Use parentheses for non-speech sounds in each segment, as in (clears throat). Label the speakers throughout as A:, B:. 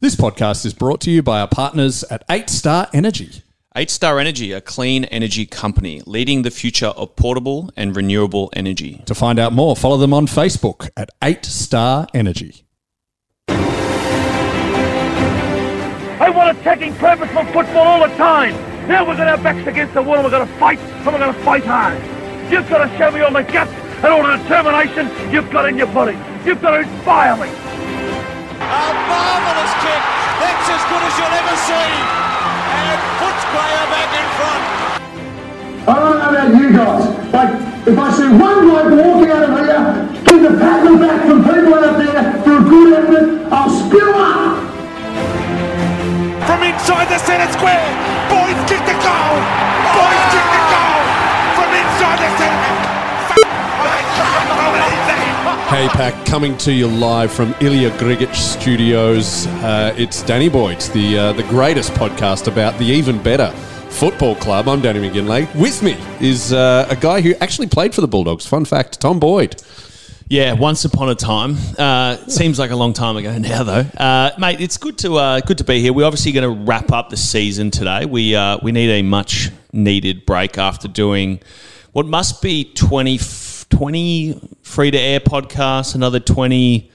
A: This podcast is brought to you by our partners at 8 Star Energy.
B: Eight Star Energy, a clean energy company leading the future of portable and renewable energy.
A: To find out more, follow them on Facebook at 8 Star Energy.
C: I want attacking purpose for football all the time. Now we're going to have backs against the wall and we're going to fight and we're going to fight hard. You've got to show me all the guts and all the determination you've got in your body. You've got to inspire me.
D: A marvellous kick. That's as good as you'll ever see. And puts player back in front.
E: I don't know about you guys, but if I see one bloke walking out of here, give the pat on the back from people out there for a good effort, I'll spew up.
F: from inside the centre square. Boys kick the goal. Boys kick the goal from inside the centre. F- I can't believe that.
G: Hey Pack, coming to you live from Ilya Grigich Studios. Uh, it's Danny Boyd, the uh, the greatest podcast about the even better football club. I'm Danny McGinley. With me is uh, a guy who actually played for the Bulldogs. Fun fact: Tom Boyd.
H: Yeah, once upon a time. Uh, it seems like a long time ago now, though. Uh, mate, it's good to uh, good to be here. We're obviously going to wrap up the season today. We uh, we need a much needed break after doing what must be 20, f- 20 free to air podcasts, another twenty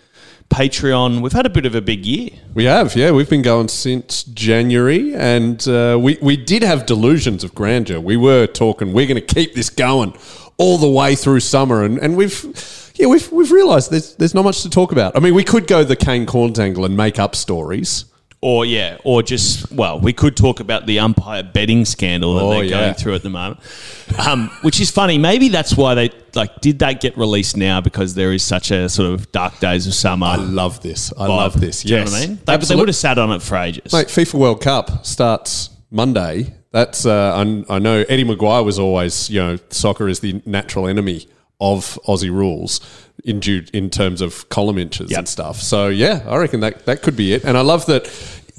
H: Patreon. We've had a bit of a big year.
G: We have, yeah, we've been going since January, and uh, we we did have delusions of grandeur. We were talking, we're going to keep this going all the way through summer, and, and we've yeah we've we've realised there's there's not much to talk about. I mean, we could go the Kane Corns angle and make up stories.
H: Or yeah, or just well, we could talk about the umpire betting scandal that
G: Oh,
H: they're
G: yeah.
H: going through at the moment, um, which is funny. Maybe that's why they like did that get released now because there is such a sort of dark days of summer.
G: I love this. I
H: vibe.
G: love this.
H: Do you
G: Yes,
H: know what I mean? They, but they
G: Absolute-
H: would have sat on it for ages.
G: Mate, FIFA World Cup starts Monday. That's uh, I, I know Eddie Maguire was always you know soccer is the natural enemy of Aussie rules in due, in terms of column inches
H: Yep.
G: and stuff. So yeah, I reckon that that could be it. And I love that.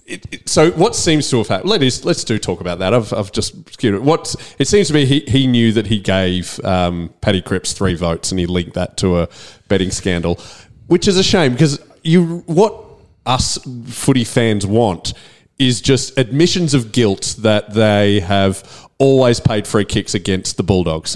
G: It, it- so what seems to have happened? Let's let's do talk about that. I've, I've just skewed it. What it seems to be he, he knew that he gave um, Paddy Cripps three votes and he linked that to a betting scandal, which is a shame because you what us footy fans want is just admissions of guilt that they have always paid free kicks against the
H: (laughs)
G: Bulldogs.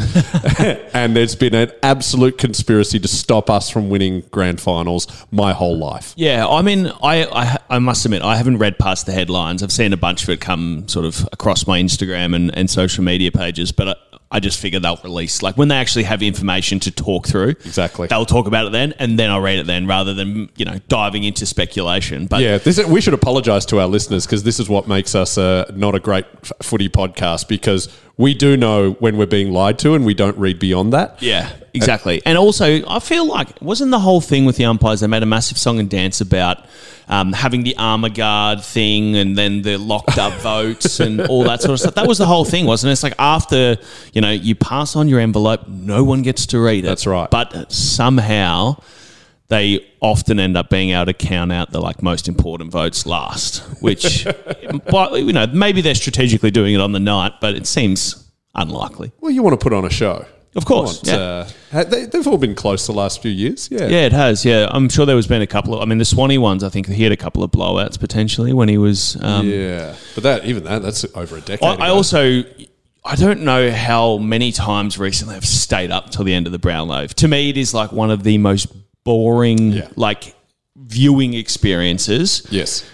G: (laughs) and there's been an absolute conspiracy to stop us from winning grand finals my whole life.
H: Yeah, I mean, I, I I must admit, I haven't read past the headlines. I've seen a bunch of it come sort of across my Instagram and, and social media pages, but I, I just figure they'll release like when they actually have information to talk through.
G: Exactly.
H: they'll talk about it then, and then I'll read it then, rather than you know diving into speculation. But
G: Yeah, this is, we should apologise to our listeners because this is what makes us uh, not a great f- footy podcast because we do know when we're being lied to and we don't read beyond that.
H: Yeah, exactly. And also, I feel like wasn't the whole thing with the umpires? They made a massive song and dance about um, having the armor guard thing, and then the
G: (laughs)
H: locked up votes and all that sort of stuff. That was the whole thing, wasn't it? It's like after you know you pass on your envelope, no one gets to read it.
G: That's right.
H: But somehow. They often end up being able to count out the like most important votes last,
G: (laughs)
H: which, but you know, maybe they're strategically doing it on the night, but it seems unlikely.
G: Well, you want to put on a show.
H: Of course,
G: You
H: yeah.
G: uh, they, they've all been close the last few years. Yeah.
H: Yeah, it has. Yeah, I'm sure there was been a couple of. I mean, the Swanee ones. I think he had a couple of blowouts potentially when he was. Um,
G: Yeah, but that even that that's over a decade.
H: I, I
G: ago.
H: also, I don't know how many times recently I've stayed up till the end of the Brownlow. To me, it is like one of the most boring,
G: Yeah.
H: like viewing experiences.
G: yes,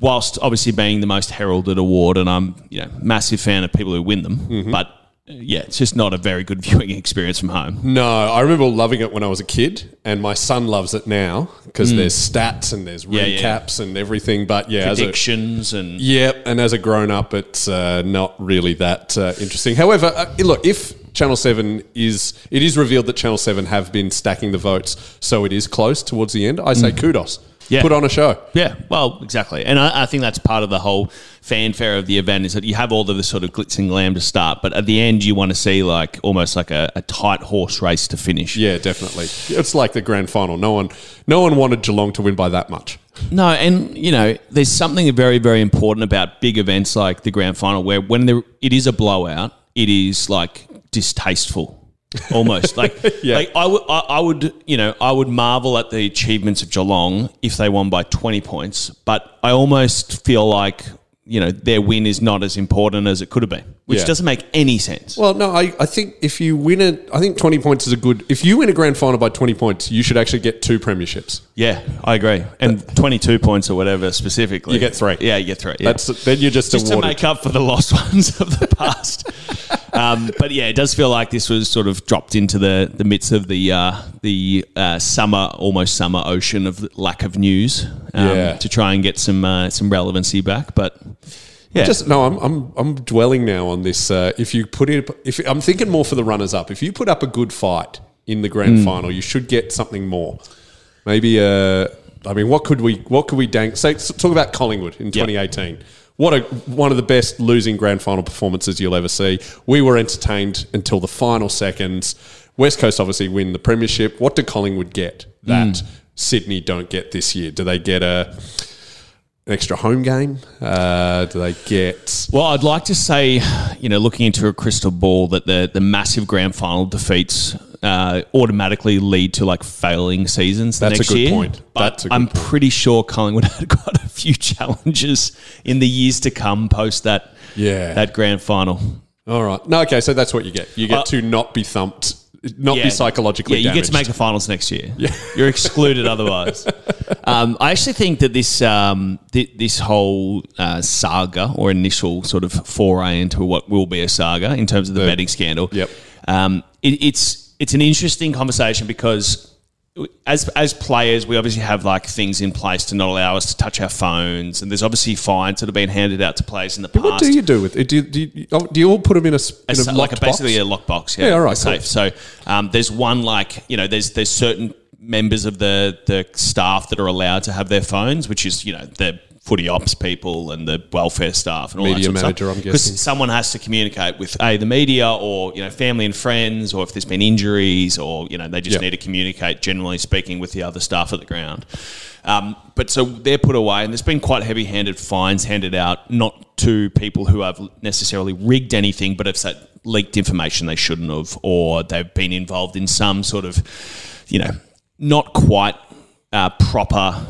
H: Whilst obviously being the most heralded award, and I'm you know massive fan of people who win them,
G: Mm-hmm.
H: but. uh, Yeah, it's just not a very good (laughs) viewing experience from home.
G: no, I remember loving it when I was a kid, and my son loves it now because there's stats and there's
H: Mm. Yeah, yeah.
G: recaps and everything. But yeah, as a,
H: Predictions and
G: Yep, and as a grown up, it's uh, not really that uh, interesting. However, uh, look, if Channel Seven is, it is revealed that Channel Seven have been stacking the votes, so it is close towards the end. I say kudos.
H: Mm. Yeah.
G: Put on a show.
H: Yeah, well, exactly. And I, I think that's part of the whole fanfare of the event is that you have all of the sort of glitz and glam to start, but at the end you want to see like almost like a, a tight horse race to finish.
G: Yeah, definitely. It's like the grand final. No one, no one wanted Geelong to win by that much.
H: No, and you know, there's something very, very important about big events like the grand final where when there, it is a blowout, it is like distasteful. almost like
G: (laughs) Yeah.
H: like I would I, I would you know I would marvel at the achievements of Geelong if they won by twenty points, but I almost feel like you know their win is not as important as it could have been, which
G: Yeah.
H: doesn't make any sense.
G: Well, no, I, I think if you win it, I think 20 points is a good. If you win a grand final by 20 points, you should actually get two premierships.
H: yeah, I agree. And twenty two points or whatever specifically,
G: You get three.
H: Yeah, you get three. Yeah.
G: That's Then you're just,
H: just to
G: awarded.
H: make up for the lost (laughs) ones of the past. um, but yeah, it does feel like this was sort of dropped into the, the midst of the uh, the uh, summer, almost summer ocean of lack of news um,
G: Yeah.
H: to try and get some uh, some relevancy back. But yeah,
G: Just no, I'm I'm I'm dwelling now on this. Uh, if you put it, if I'm thinking more for the runners up, if you put up a good fight in the grand final, you should get something more. Maybe, uh, I mean, what could we what could we dank? Say, s- talk about Collingwood in 2018. What a one of the best losing grand final performances you'll ever see. We were entertained until the final seconds. West Coast obviously win the premiership. What do Collingwood get that Sydney don't get this year? Do they get a an extra home game? Uh, do they get?
H: Well, I'd like to say, you know, looking into a crystal ball, that the the massive grand final defeats uh, automatically lead to like failing seasons the
G: That's a
H: next
G: good
H: year.
G: point.
H: But
G: That's a good
H: I'm pretty sure Collingwood (laughs) had quite a few challenges in the years to come post that
G: Yeah.
H: that grand final.
G: All right. No. Okay. So that's what you get. You get
H: Uh,
G: to not be thumped, not
H: Yeah.
G: be psychologically.
H: Yeah, you
G: damaged.
H: get to make the finals next year. You're excluded otherwise. (laughs) Um, I actually think that this um, th- this whole uh, saga or initial sort of foray into what will be a saga in terms of the, betting scandal.
G: Yep.
H: Um, it, it's it's an interesting conversation because as as players, we obviously have like things in place to not allow us to touch our phones, and there's obviously fines that have been handed out to players in the past.
G: What do you do with it? Do you, do you, oh, do you all put them in a, s- in
H: It's
G: a
H: like a,
G: locked box?
H: basically a lockbox. Yeah,
G: Yeah, all right,
H: a safe. So um, there's one like you know there's there's certain members of the the staff that are allowed to have their phones, which is you know the footy ops people and the welfare staff and all
G: Media
H: that sort
G: manager,
H: of
G: I'm
H: stuff.
G: guessing.
H: someone has to communicate with a the media or you know family and friends, or if there's been injuries, or you know they just
G: Yep.
H: need to communicate. Generally speaking, with the other staff at the ground. Um, but so they're put away, and there's been quite heavy-handed fines handed out, not to people who have necessarily rigged anything, but have said leaked information they shouldn't have, or they've been involved in some sort of, you know, not quite uh, proper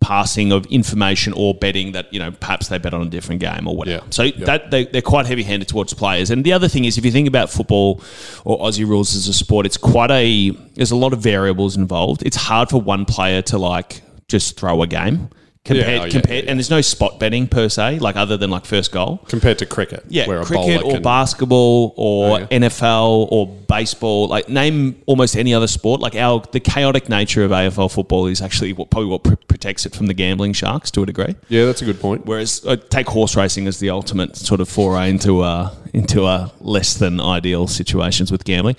H: passing of information or betting that you know perhaps they bet on a different game or whatever.
G: Yeah.
H: So
G: Yeah.
H: that they, they're quite heavy-handed towards players. And the other thing is, if you think about football or Aussie rules as a sport, it's quite a there's a lot of variables involved. It's hard for one player to like just throw a game compared
G: Yeah, oh, yeah,
H: compared,
G: yeah, yeah.
H: and there's no spot betting per se, like other than like first goal.
G: compared to cricket.
H: Yeah,
G: where a
H: cricket or
G: bowler can,
H: basketball or
G: Oh, yeah.
H: NFL or baseball. Like name almost any other sport. Like our the chaotic nature of AFL football is actually what, probably what pr- protects it from the gambling sharks to a degree.
G: Yeah, that's a good point.
H: Whereas I take horse racing as the ultimate sort of foray into a into a less than ideal situations with gambling.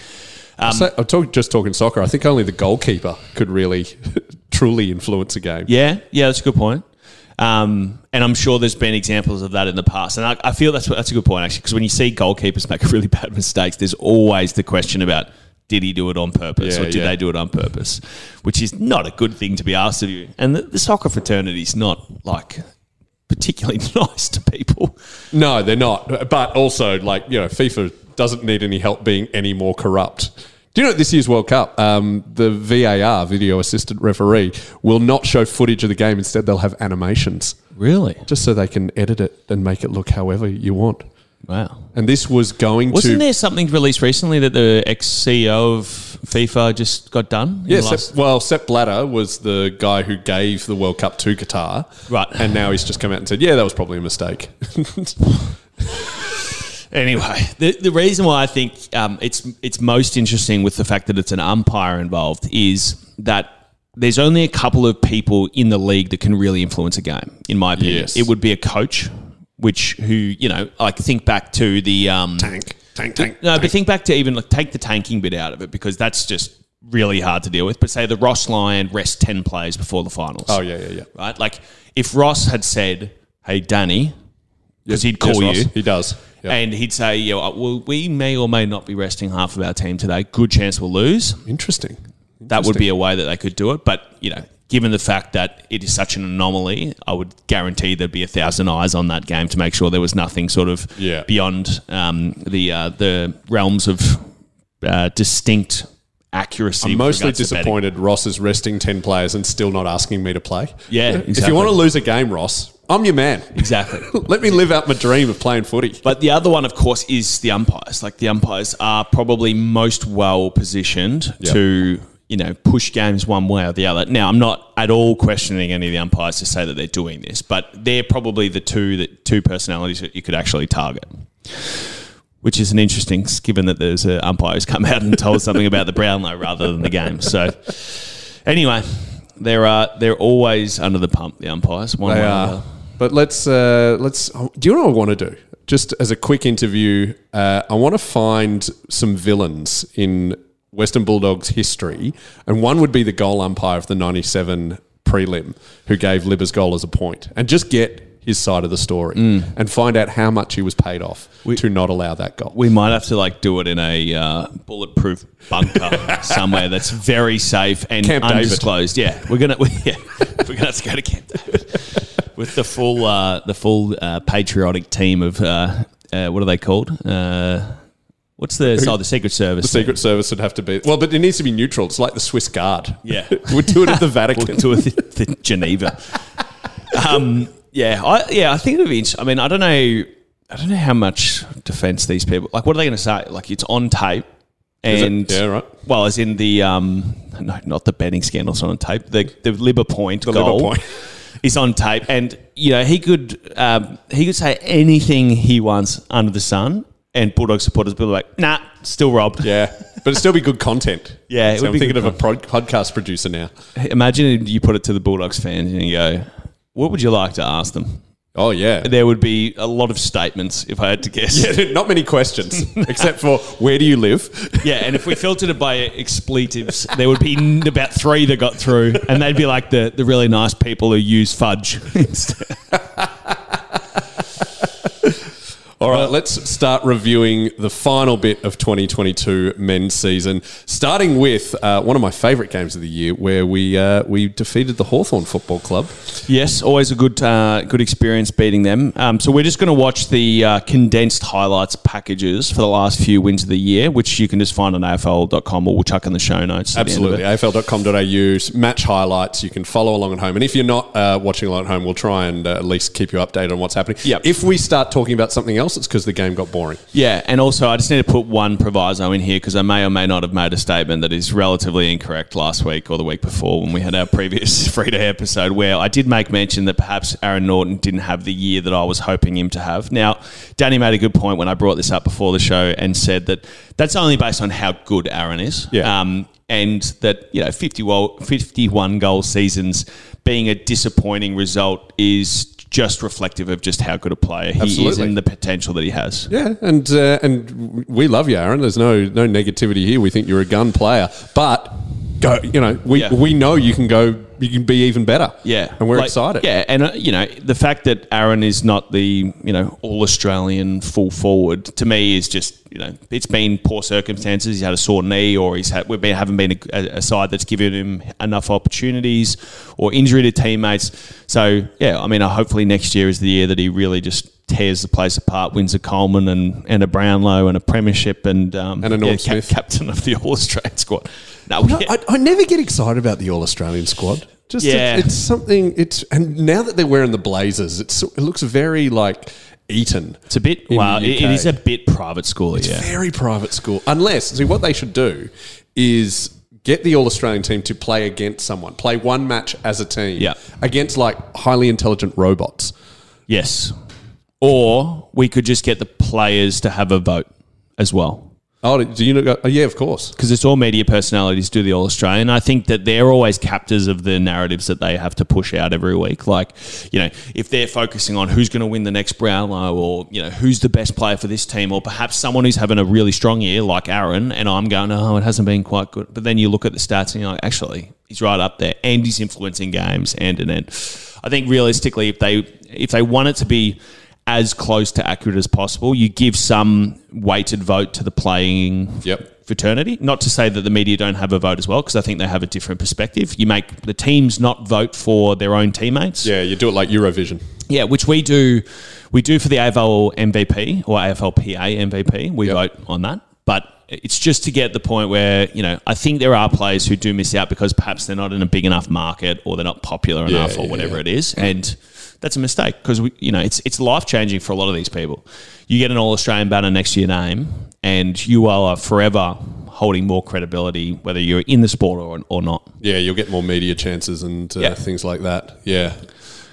H: um,
G: So- I'm talk, just talking soccer. I think only the goalkeeper (laughs) could really truly influence a game.
H: Yeah, yeah, that's a good point. Um, and I'm sure there's been examples of that in the past. And I, I feel that's that's a good point actually, because when you see goalkeepers make (laughs) really bad mistakes, there's always the question about did he do it on purpose or
G: Yeah,
H: did
G: yeah.
H: they do it on purpose, which is not a good thing to be asked of you. And the, the soccer fraternity is not like particularly (laughs) nice to people.
G: No, they're not. But also, like, you know, FIFA doesn't need any help being any more corrupt. Do you know at this year's World Cup, um, the VAR, video assistant referee, will not show footage of the game. Instead, they'll have animations
H: Really?
G: just so they can edit it and make it look however you want.
H: Wow.
G: And this was going
H: Wasn't
G: to.
H: there something released recently that the ex CEO of FIFA just got done? in the
G: yeah,
H: last-
G: Sepp, well, Sepp Blatter was the guy who gave the World Cup to Qatar.
H: Right.
G: And now he's just come out and said, yeah, that was probably a mistake.
H: Anyway, the, the reason why I think um, it's it's most interesting with the fact that it's an umpire involved is that there's only a couple of people in the league that can really influence a game. In my opinion,
G: Yes.
H: it would be a coach, which who you know, like think back to the um,
G: tank, tank, tank.
H: no, but think back to even like take the tanking bit out of it because that's just really hard to deal with. But say the Ross Lyon rest ten plays before the finals
G: Oh, yeah, yeah, yeah.
H: right? Like if Ross had said, "Hey, Danny," because he'd call
G: Yes,
H: you,
G: Ross, He does. Yeah.
H: and he'd say, "Yeah, well, we may or may not be resting half of our team today. Good chance we'll lose."
G: Interesting.
H: That would be a way that they could do it, but you know, given the fact that it is such an anomaly, I would guarantee there'd be a thousand eyes on that game to make sure there was nothing sort of
G: Yeah.
H: beyond um, the uh, the realms of uh, distinct accuracy.
G: I'm
H: with
G: mostly
H: regards to batting.
G: disappointed Ross is resting 10 players and still not asking me to play.
H: Yeah,
G: If
H: exactly.
G: you want to lose a game, Ross, I'm your man.
H: Exactly.
G: (laughs) Let me live out my dream of playing footy.
H: But the other one, of course, is the umpires. Like the umpires are probably most well positioned
G: Yeah.
H: to you know push games one way or the other. Now, I'm not at all questioning any of the umpires to say that they're doing this, but they're probably the two that two personalities that you could actually target. Which is an interesting, given that there's an umpire who's come (laughs) out and told something about the Brownlow rather than the game. So, anyway, they're uh, they're always under the pump. The umpires, one
G: They
H: way or
G: are.
H: the other.
G: But let's uh, let's. oh, Do you know what I want to do? Just as a quick interview, uh, I want to find some villains in Western Bulldogs history, and one would be the goal umpire of the '97 prelim, who gave Libba's goal as a point, and just get his side of the story
H: Mm.
G: and find out how much he was paid off to not allow that goal.
H: We might have to like do it in a uh, bulletproof bunker somewhere that's very safe and
G: Camp David.
H: undisclosed. Yeah, we're gonna (laughs) we, yeah, we're gonna have to go to Camp David with the full uh, the full uh, patriotic team of uh, uh, what are they called? Uh, what's the oh the Secret Service?
G: the Secret Service would have to be well, but it needs to be neutral. It's like the Swiss Guard. (laughs)
H: Yeah.
G: we do it
H: (laughs)
G: at the Vatican.
H: We'll do it in- in Geneva. Um, yeah, I, yeah, I think it'd be. int- I mean, I don't know, I don't know how much defense these people like. What are they going to say? Like, it's on tape,
G: it?
H: and
G: Yeah, right.
H: Well, as in the um, no, not the betting scandals on tape. The the Libba point
G: Libba
H: goal
G: point.
H: is on tape, and you know he could um, he could say anything he wants under the sun, and Bulldog supporters will be like, nah, still robbed.
G: Yeah, but it'd still be good content.
H: Yeah, it
G: So
H: would
G: I'm
H: be
G: thinking
H: good
G: of a prod- podcast producer now.
H: Imagine you put it to the Bulldogs fans and you go, what would you like to ask them?
G: Oh yeah,
H: There would be a lot of statements if I had to guess. (laughs)
G: (laughs)
H: Yeah,
G: yeah. Not many
H: (laughs)
G: questions except for where do you live?
H: and if we filtered it by expletives, there would be n- about three that got through, and they'd be like the, the really nice people who use fudge. (laughs) instead.
G: (laughs) All right, let's start reviewing the final bit of 2022 men's season, starting with uh, one of my favourite games of the year, where we uh, we defeated the Hawthorn Football Club.
H: yes, always a good uh, good experience beating them. Um, so we're just going to watch the uh, condensed highlights packages for the last few wins of the year, which you can just find on AFL.com or we'll chuck in the show notes. at the end of it.
G: Absolutely. AFL.com.au, match highlights. You can follow along at home. And if you're not uh, watching along at home, we'll try and uh, at least keep you updated on what's happening.
H: Yep.
G: If we start talking about something else, it's because the game got boring.
H: Yeah, and also I just need to put one proviso in here because I may or may not have made a statement that is relatively incorrect last week or the week before when we had our previous (laughs) free to air episode where I did make mention that perhaps Aaron Norton didn't have the year that I was hoping him to have. Now, Danny made a good point when I brought this up before the show and said that that's only based on how good Aaron is.
G: Yeah.
H: Um, and that you know 50 wo- 51 goal seasons being a disappointing result is just reflective of just how good a player he is
G: Absolutely.
H: and the potential that he has.
G: Yeah, and uh, and we love you, Aaron. There's no no negativity here. We think you're a gun player, but go. You know, we
H: Yeah.
G: we know you can go. You can be even better.
H: Yeah,
G: and we're
H: Like,
G: excited.
H: Yeah, and uh, you know the fact that Aaron is not the you know all Australian full forward to me is just you know it's been poor circumstances. He's had a sore knee, or he's had we've been haven't been a, a side that's given him enough opportunities, or injury to teammates. So yeah, I mean, uh, hopefully next year is the year that he really just tears the place apart, wins a Coleman and, and a Brownlow and a premiership and um,
G: And a Norm Smith.
H: captain of the (laughs) All Australian squad. No, yeah.
G: I, I never get excited about the All Australian squad. Just
H: Yeah.
G: it's, it's something. It's and now that they're wearing the blazers, it's it looks very like Eton.
H: it's a bit.
G: in
H: Wow,
G: the
H: it, it
G: UK.
H: is a bit private school. yeah.
G: very private school. Unless, see, what they should do is get the All Australian team to play against someone, play one match as a team
H: Yeah.
G: against like highly intelligent robots.
H: Yes. Or we could just get the players to have a vote as well.
G: Oh, do you know? Oh, yeah, of course.
H: Because it's all media personalities do the All Australian. I think that they're always captors of the narratives that they have to push out every week. Like, you know, if they're focusing on who's going to win the next Brownlow or, you know, who's the best player for this team or perhaps someone who's having a really strong year like Aaron and I'm going, oh, it hasn't been quite good. But then you look at the stats and you're like, actually, he's right up there and he's influencing games and and and. I think realistically, if they if they want it to be as close to accurate as possible. You give some weighted vote to the playing
G: Yep.
H: fraternity. Not to say that the media don't have a vote as well, because I think they have a different perspective. You make the teams not vote for their own teammates.
G: Yeah, you do it like Eurovision.
H: Yeah, which we do, we do for the AFL MVP or AFLPA MVP. We
G: Yep.
H: vote on that, but It's just to get the point where you know I think there are players who do miss out because perhaps they're not in a big enough market or they're not popular enough or
G: yeah,
H: whatever it is, and that's a mistake because we you know it's it's life changing for a lot of these people. You get an All Australian banner next to your name, and you are forever holding more credibility whether you're in the sport or or not.
G: Yeah, you'll get more media chances and uh,
H: Yeah.
G: things like that. Yeah.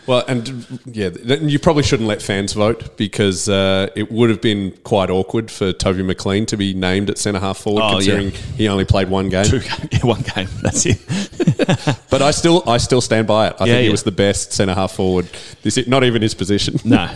G: Well, and yeah, th- you probably shouldn't let fans vote because uh, it would have been quite awkward for Toby McLean to be named at centre half forward,
H: Oh, yeah.
G: considering he only played one game.
H: Two game, (laughs) yeah, one game. That's it.
G: But I still, I still stand by it. I
H: Yeah,
G: think he
H: yeah.
G: was the best centre half forward. This, is- not even his position. (laughs)
H: No,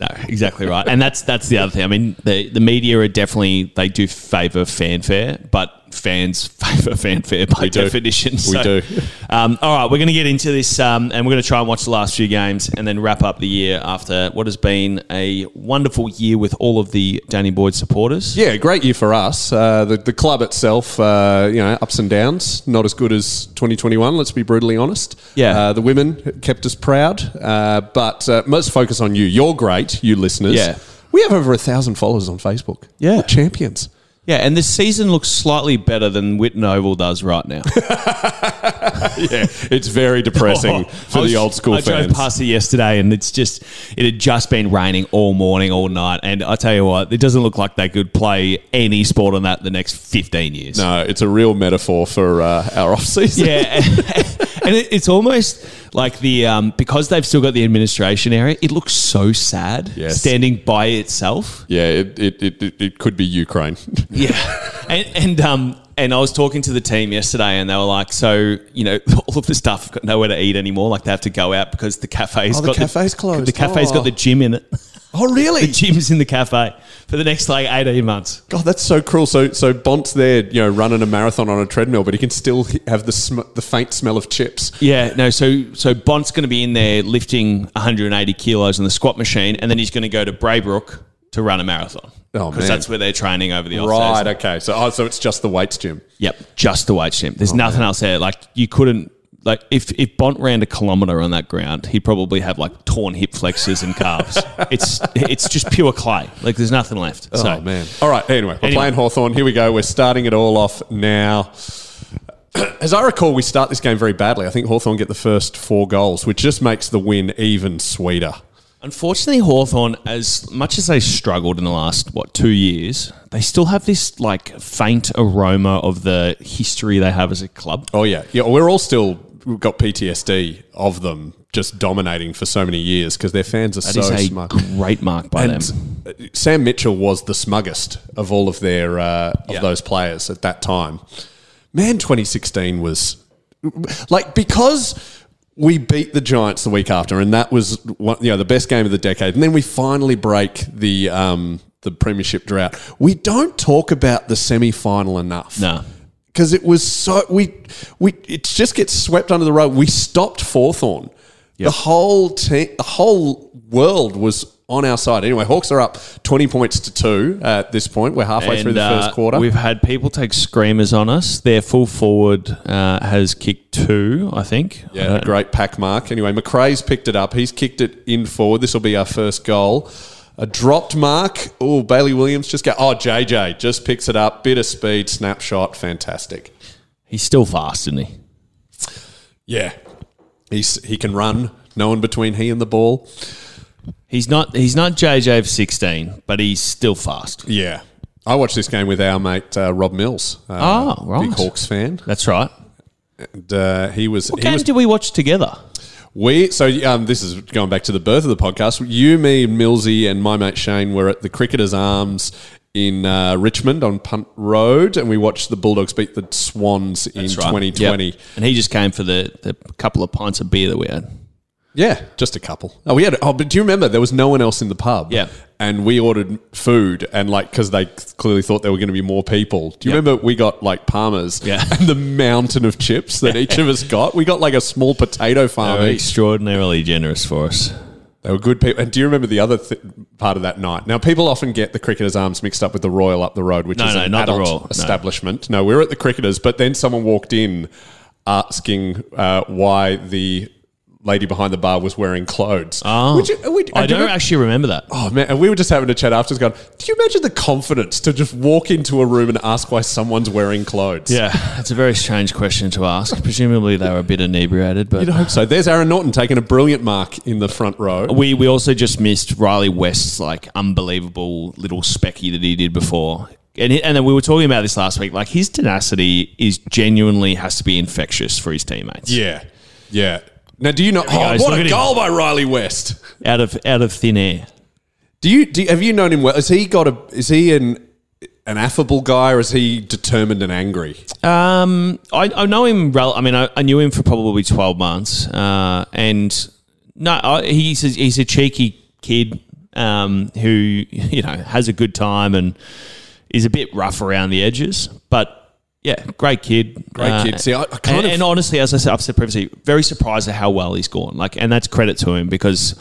H: no, exactly right. And that's that's the other thing. I mean, the the media are definitely they do favour fanfare, but fans (laughs) favour fanfare by
G: do.
H: definition.
G: We do.
H: Um, all right, we're going to get into this, um, and we're going to try and watch the last few games, and then wrap up the year after what has been a wonderful year with all of the Danny Boyd supporters.
G: Yeah, great year for us. Uh, the, the club itself, uh, you know, ups and downs, not as good as 2021, let's be brutally honest.
H: Yeah.
G: Uh, the women kept us proud, uh, but uh, let's focus on you. You're great, you listeners.
H: Yeah.
G: We have over a thousand followers on Facebook.
H: Yeah.
G: We're champions.
H: Yeah, and this season looks slightly better than Witten Oval does right now.
G: Yeah, it's very depressing
H: Oh,
G: for
H: (laughs) I was-
G: the old school
H: I
G: fans.
H: drove past it yesterday, and it's just it had just been raining all morning, all night. And I tell you what, it doesn't look like they could play any sport on that the next fifteen years.
G: no, it's a real metaphor for uh, our (laughs) off season.
H: Yeah, (laughs) and it, it's almost like the um, because they've still got the administration area. It looks so sad
G: Yes.
H: standing by itself.
G: Yeah, it, it, it, it, it could be Ukraine. (laughs)
H: Yeah, (laughs) and and um and I was talking to the team yesterday, and they were like, "So you know, (laughs) all of the stuff got nowhere to eat anymore. Like they have to go out because the cafe's
G: Oh, the
H: got
G: cafe's closed.
H: The cafe's
G: Oh.
H: got the gym in it.
G: oh,
H: The
G: really?
H: gym's in the cafe for the next like eighteen months.
G: God, that's so cruel. So, so Bont's there, you know, running a marathon on a treadmill, but he can still have the sm- the faint smell of chips.
H: Yeah, no. So so Bont's going to be in there lifting 180 kilos in the squat machine, and then he's going to go to Braybrook to run a marathon.
G: Oh, man.
H: because that's where they're training over the off
G: Right.
H: season.
G: Okay. So, oh, so it's just the weights gym.
H: Yep, just the weight gym.
G: Oh,
H: There's nothing else there. Like you couldn't. Like if, if Bont ran a kilometer on that ground, he'd probably have like torn hip flexors and
G: (laughs)
H: calves. it's it's just pure clay. Like there's nothing left. so,
G: oh man. All right. Anyway, we're
H: Anyway.
G: playing Hawthorn. Here we go. We're starting it all off now. As I recall, we start this game very badly. I think Hawthorn get the first four goals, which just makes the win even sweeter.
H: Unfortunately, Hawthorn, as much as they struggled in the last, what, two years, they still have this like faint aroma of the history they have as a club.
G: Oh yeah, yeah. We're all still we've got PTSD of them just dominating for so many years because their fans are
H: That
G: so
H: is a
G: smart.
H: great mark by
G: and
H: them.
G: uh, Sam Mitchell was the smuggest of all of their uh, of
H: Yeah.
G: those players at that time. Man, 2016 was like because we beat the Giants the week after, and that was one, you know the best game of the decade, and then we finally break the um, the premiership drought. We don't talk about the semi final enough
H: No.
G: because it was so we we it just gets swept under the rug. We stopped Forthorn. The whole team, the whole world was on our side. Anyway, Hawks are up twenty points to two at this point. We're halfway through
H: And,
G: the
H: uh,
G: first quarter.
H: We've had people take screamers on us. Their full forward uh, has kicked two, I think. Uh, I (laughs)
G: Yeah,
H: don't-
G: great pack mark. Anyway, McRae's picked it up. He's kicked it in forward. This will be our first goal. A dropped mark. Oh, Bailey Williams just go. Oh, JJ just picks it up. Bit of speed, snapshot, fantastic.
H: He's still fast, isn't he?
G: Yeah, he's he can run. No one between he and the ball.
H: He's not. He's not JJ of sixteen, but he's still fast.
G: Yeah. I watched this game with our mate uh, Rob Mills. Uh,
H: Oh, right.
G: Big Hawks fan.
H: That's right.
G: And, uh, he was.
H: What
G: he
H: game
G: was
H: did we watch together?
G: we so um, this is going back to the birth of the podcast. You, me, Millsy, and my mate Shane were at the Cricketers Arms in uh, Richmond on Punt Road, and we watched the Bulldogs beat the Swans in
H: That's right.
G: 2020.
H: Yep. And he just came for the, the couple of pints of beer that we had.
G: Yeah, just a couple. Oh, we had. Oh, but do you remember there was no one else in the pub?
H: Yeah.
G: and we ordered food, and like because they clearly thought there were going to be more people. Do you
H: Yeah.
G: remember we got like Palmer's?
H: Yeah.
G: (laughs) and the mountain of chips that each of us got. We got like a small
H: Oh,
G: potato farm each.
H: extraordinarily generous for us.
G: They were good people. And do you remember the other th- part of that night? Now, people often get the Cricketers Arms mixed up with the Royal up the road, which
H: No,
G: is
H: no,
G: an
H: not the
G: adult
H: Royal, no.
G: establishment. No. we were at uh, the Cricketers, but then someone walked in asking uh, why the lady behind the bar was wearing clothes.
H: Oh,
G: Would you- uh, would-
H: I
G: do you
H: don't
G: re-
H: actually remember that.
G: Oh man, and we were just having a chat afterwards going, Do you imagine the confidence to just walk into a room and ask why someone's wearing clothes?
H: Yeah, it's a very strange question to ask. Presumably they were a bit inebriated, but
G: You'd hope so. There's Aaron Norton taking a brilliant mark in the front row.
H: we we also just missed Riley West's like unbelievable little specky that he did before. And, he- and then we were talking about this last week. Like his tenacity is genuinely has to be infectious for his teammates.
G: yeah. Yeah. Now do you know
H: he
G: oh,
H: goes. Look
G: what
H: at
G: a
H: him.
G: goal by Riley West.
H: out of out of thin air.
G: Do you do you- have you known him well? Is he got a is he an an affable guy or is he determined and angry?
H: Um, I, I know him. Rel- I mean, I, I knew him for probably twelve months. Uh, and no, I, he's a, he's a cheeky kid. Um, who you know has a good time and is a bit rough around the edges, but yeah, great kid. Uh,
G: Great kid. See, I- I kind
H: and,
G: of-
H: and honestly, as I said, I've said previously, very surprised at how well he's gone. Like, and that's credit to him because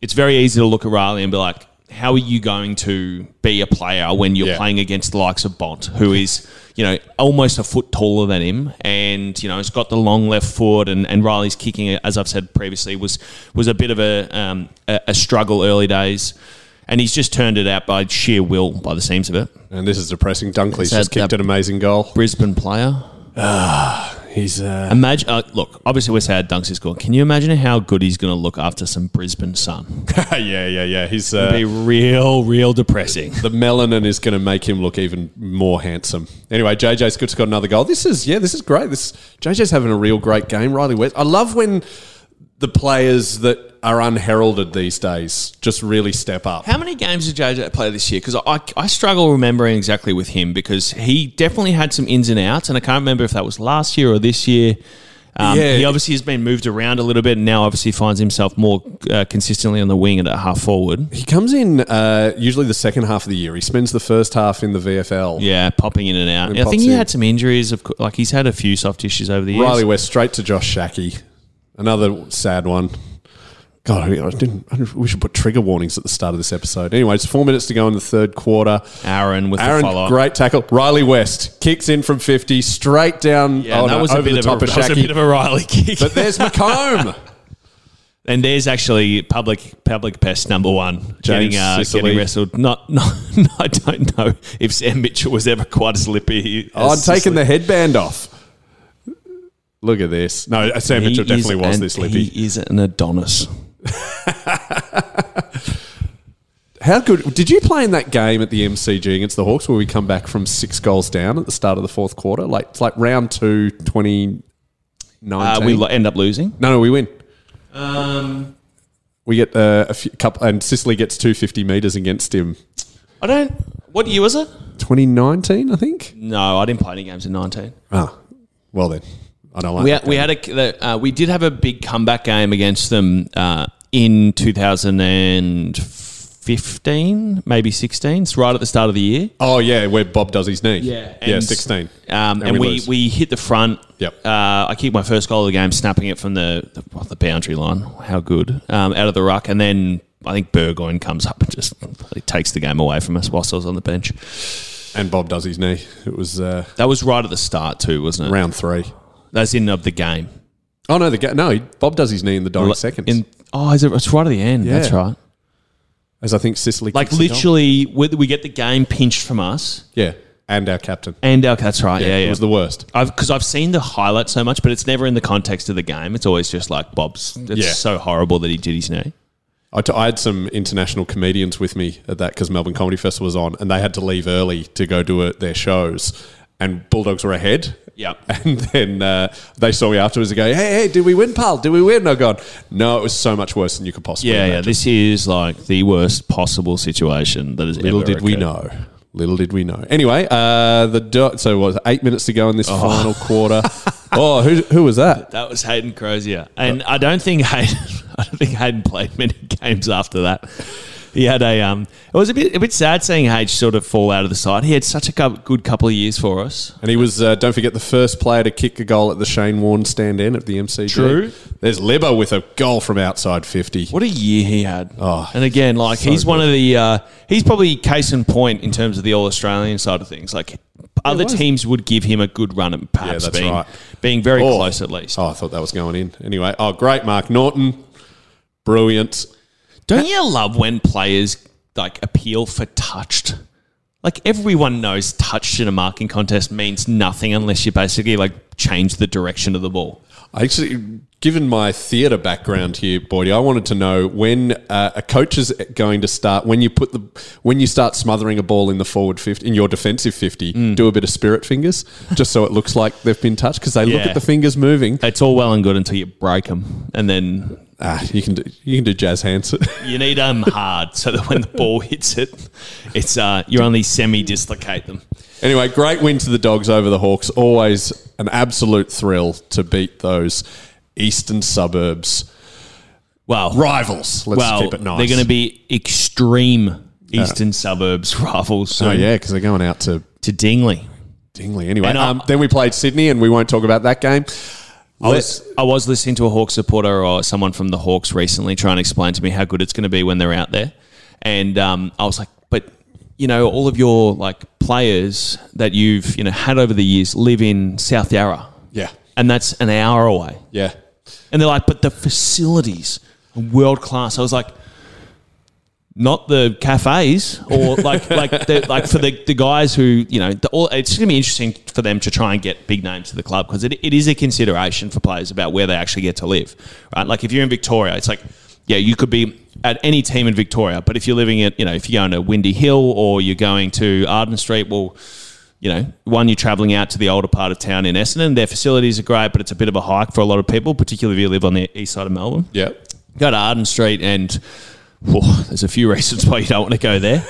H: it's very easy to look at Riley and be like, "How are you going to be a player when you're
G: Yeah.
H: playing against the likes of Bont, who is you know almost a foot taller than him, and you know has got the long left foot, and, and Riley's kicking, as I've said previously, was was a bit of a um, a, a struggle early days." And he's just turned it out by sheer will, by the seams of it.
G: And this is depressing. Dunkley's
H: Is that-
G: just kicked
H: that-
G: an amazing goal.
H: Brisbane player,
G: He's uh,
H: Imagine, uh, look, obviously we're sad Dunks is gone. Can you imagine how good he's going to look after some Brisbane sun?
G: (laughs) yeah, yeah, yeah. He's uh,
H: Be real, real depressing.
G: the melanin is going to make him look even more handsome. Anyway, JJ's good got another goal. This is yeah, this is great. This JJ's having a real great game. Riley West. I love when the players that are unheralded these days just really step up.
H: How many games did JJ play this year? Because I, I struggle remembering exactly with him because he definitely had some ins and outs, and I can't remember if that was last year or this year. Um,
G: Yeah.
H: He obviously has been moved around a little bit, and now obviously finds himself more uh, consistently on the wing and at half forward.
G: He comes in uh, usually the second half of the year. He spends the first half in the VFL.
H: Yeah, popping in and out.
G: And
H: Yeah, I think
G: pops
H: he
G: in.
H: had some injuries. Of co- like he's had a few soft issues over the years.
G: Riley West straight to Josh Shackey. Another sad one. God, I, I didn't. I, didn't- we should put trigger warnings at the start of this episode. Anyway, it's four minutes to go in the third quarter.
H: Aaron with
G: Aaron,
H: the follow.
G: great tackle. Riley West kicks in from 50, straight down.
H: Yeah,
G: oh,
H: that
G: no,
H: was a
G: over
H: bit
G: the
H: of
G: top
H: a,
G: of
H: that was a bit
G: Shackey.
H: of a Riley (laughs) kick.
G: But there's
H: (laughs)
G: McComb.
H: And there's actually public public pest number one. getting, uh,
G: Sicily.
H: getting wrestled. Not, (laughs) not, I don't know if Sam Mitchell was ever quite as lippy.
G: Oh, I'm
H: as
G: taking
H: Sicily.
G: the headband off. Look at this. No, Sam Mitchell
H: He is
G: definitely was
H: an-
G: this lippy.
H: He is an Adonis.
G: How good did you play in that game at the MCG against the Hawks where we come back from six goals down at the start of the fourth quarter? Like it's like round two, 2019.
H: Uh, we lo- end up losing.
G: no, no, we win.
H: Um,
G: We get uh, a few, couple, and Sicily gets 250 meters against him.
H: I don't. What year was it?
G: 2019, I think.
H: No, I didn't play any games in 19.
G: Ah, well then, I don't like.
H: We
G: that
H: had, we
G: game.
H: had a uh, we did have a big comeback game against them uh, in 2015, maybe 16. It's right at the start of the year.
G: Oh yeah, where Bob does his knee.
H: Yeah,
G: yeah,
H: and-
G: 16.
H: Um, and we,
G: lose.
H: we hit the front.
G: Yep.
H: Uh, I kicked my first goal of the game, snapping it from the the, well, the boundary line. How good! Um, out of the ruck, and then I think Burgoyne comes up and just bloody takes the game away from us whilst I was on the bench.
G: and Bob does his knee. It was uh,
H: That was right at the start too, wasn't it?
G: round three.
H: That's in of the game.
G: Oh no, the ga- no, he, Bob does his knee in the dying seconds.
H: In oh, is it, it's right at the end. That's
G: Yeah.
H: right.
G: as I think Sicily
H: Like
G: kicks the goal.
H: literally, we, we get the game pinched from us,
G: Yeah, and our captain.
H: and our, that's right. Yeah, yeah.
G: It was the worst.
H: I've because I've seen the highlight so much, but it's never in the context of the game. It's always just like Bob's. It's
G: Yeah.
H: so horrible that he did his knee.
G: I, t- I had some international comedians with me at that because Melbourne Comedy Festival was on, and they had to leave early to go do uh their shows. And Bulldogs were ahead.
H: (laughs) Yep.
G: (laughs) And then uh, they saw me afterwards and go, hey, hey, did we win, pal? Did we win? And I've gone, no, it was so much worse than you could possibly
H: Yeah, yeah.
G: imagine."
H: This is like the worst possible situation that has
G: Little
H: ever
G: did we
H: occurred.
G: know. Little did we know. Anyway, uh, the do- so what was it, eight minutes to go in this final
H: (laughs)
G: quarter. oh, who, who was that?
H: That was Hayden Crozier, and I don't think Hayden. (laughs) I don't think Hayden played many (laughs) games after that. He had a um. It was a bit a bit sad seeing H sort of fall out of the side. He had such a cou- good couple of years for us.
G: And he was, uh, don't forget, the first player to kick a goal at the Shane Warne stand in at the MCG.
H: True.
G: There's Libba with a goal from outside 50.
H: What a year he had!
G: Oh,
H: and again, like
G: so
H: he's one
G: good.
H: of the uh, he's probably case in point in terms of the All Australian side of things. Like other
G: why is-
H: teams would give him a good run at perhaps
G: that's
H: being,
G: right.
H: being very
G: Oh.
H: close at least.
G: Oh, I thought that was going in. Anyway, oh, great, Mark Norton. Brilliant.
H: Don't you love when players like appeal for touched? Like everyone knows touched in a marking contest means nothing unless you basically like change the direction of the ball.
G: I actually, given my theatre background here, Boydie, I wanted to know when uh, a coach is going to start when you put the when you start smothering a ball in the forward fifty in your defensive fifty,
H: Hmm.
G: do a bit of spirit fingers just so it looks like they've been touched because they look
H: Yeah.
G: at the fingers moving.
H: It's all well and good until you break them and then
G: Ah, you can do, you can do jazz hands. (laughs)
H: You need them hard so that when the ball hits it, it's uh, you only semi dislocate them.
G: Anyway, great win to the Dogs over the Hawks. Always an absolute thrill to beat those eastern suburbs
H: Well,
G: rivals. Let's
H: well,
G: keep it nice.
H: they're going to be extreme eastern suburbs (laughs) rivals soon
G: Oh yeah, because they're going out to
H: to Dingley.
G: Dingley anyway.
H: And I-
G: Um, then we played Sydney, and we won't talk about that game.
H: I was, I was listening to a Hawks supporter or someone from the Hawks recently trying to explain to me how good it's going to be when they're out there. And um, I was like, but, you know, all of your like players that you've, you know, had over the years live in South Yarra.
G: Yeah,
H: And that's an hour away.
G: yeah.
H: And they're like, but the facilities are world class. I was like, not the cafes or like like the, like for the, the guys who you know the, all, it's going to be interesting for them to try and get big names to the club because it, it is a consideration for players about where they actually get to live right like if you're in Victoria it's like yeah you could be at any team in Victoria but if you're living at you know if you're going to Windy Hill or you're going to Arden Street well you know, one, you're traveling out to the older part of town in Essendon. Their facilities are great, but it's a bit of a hike for a lot of people, particularly if you live on the east side of Melbourne.
G: Yeah.
H: Go to Arden Street and. whoa, there's a few (laughs) reasons why you don't want to go there.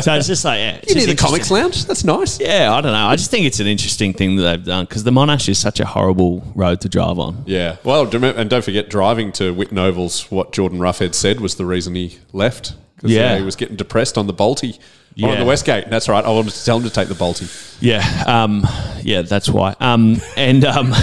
H: So it's just like, yeah.
G: (laughs)
H: it's
G: You near
H: just
G: the
H: interesting.
G: comics lounge? That's nice.
H: Yeah, I don't know. I just think it's an interesting thing that they've done because the Monash is such a horrible road to drive on.
G: Yeah. Well, do you remember- and don't forget driving to Whit Novel's. What Jordan Roughhead said was the reason he left. 'Cause, uh,
H: Yeah.
G: he was getting depressed on the Balti. Yeah.
H: Yeah.
G: on the Westgate. That's right. I wanted to tell him to take the Balti.
H: Yeah, um, yeah, that's why. Um, and, um,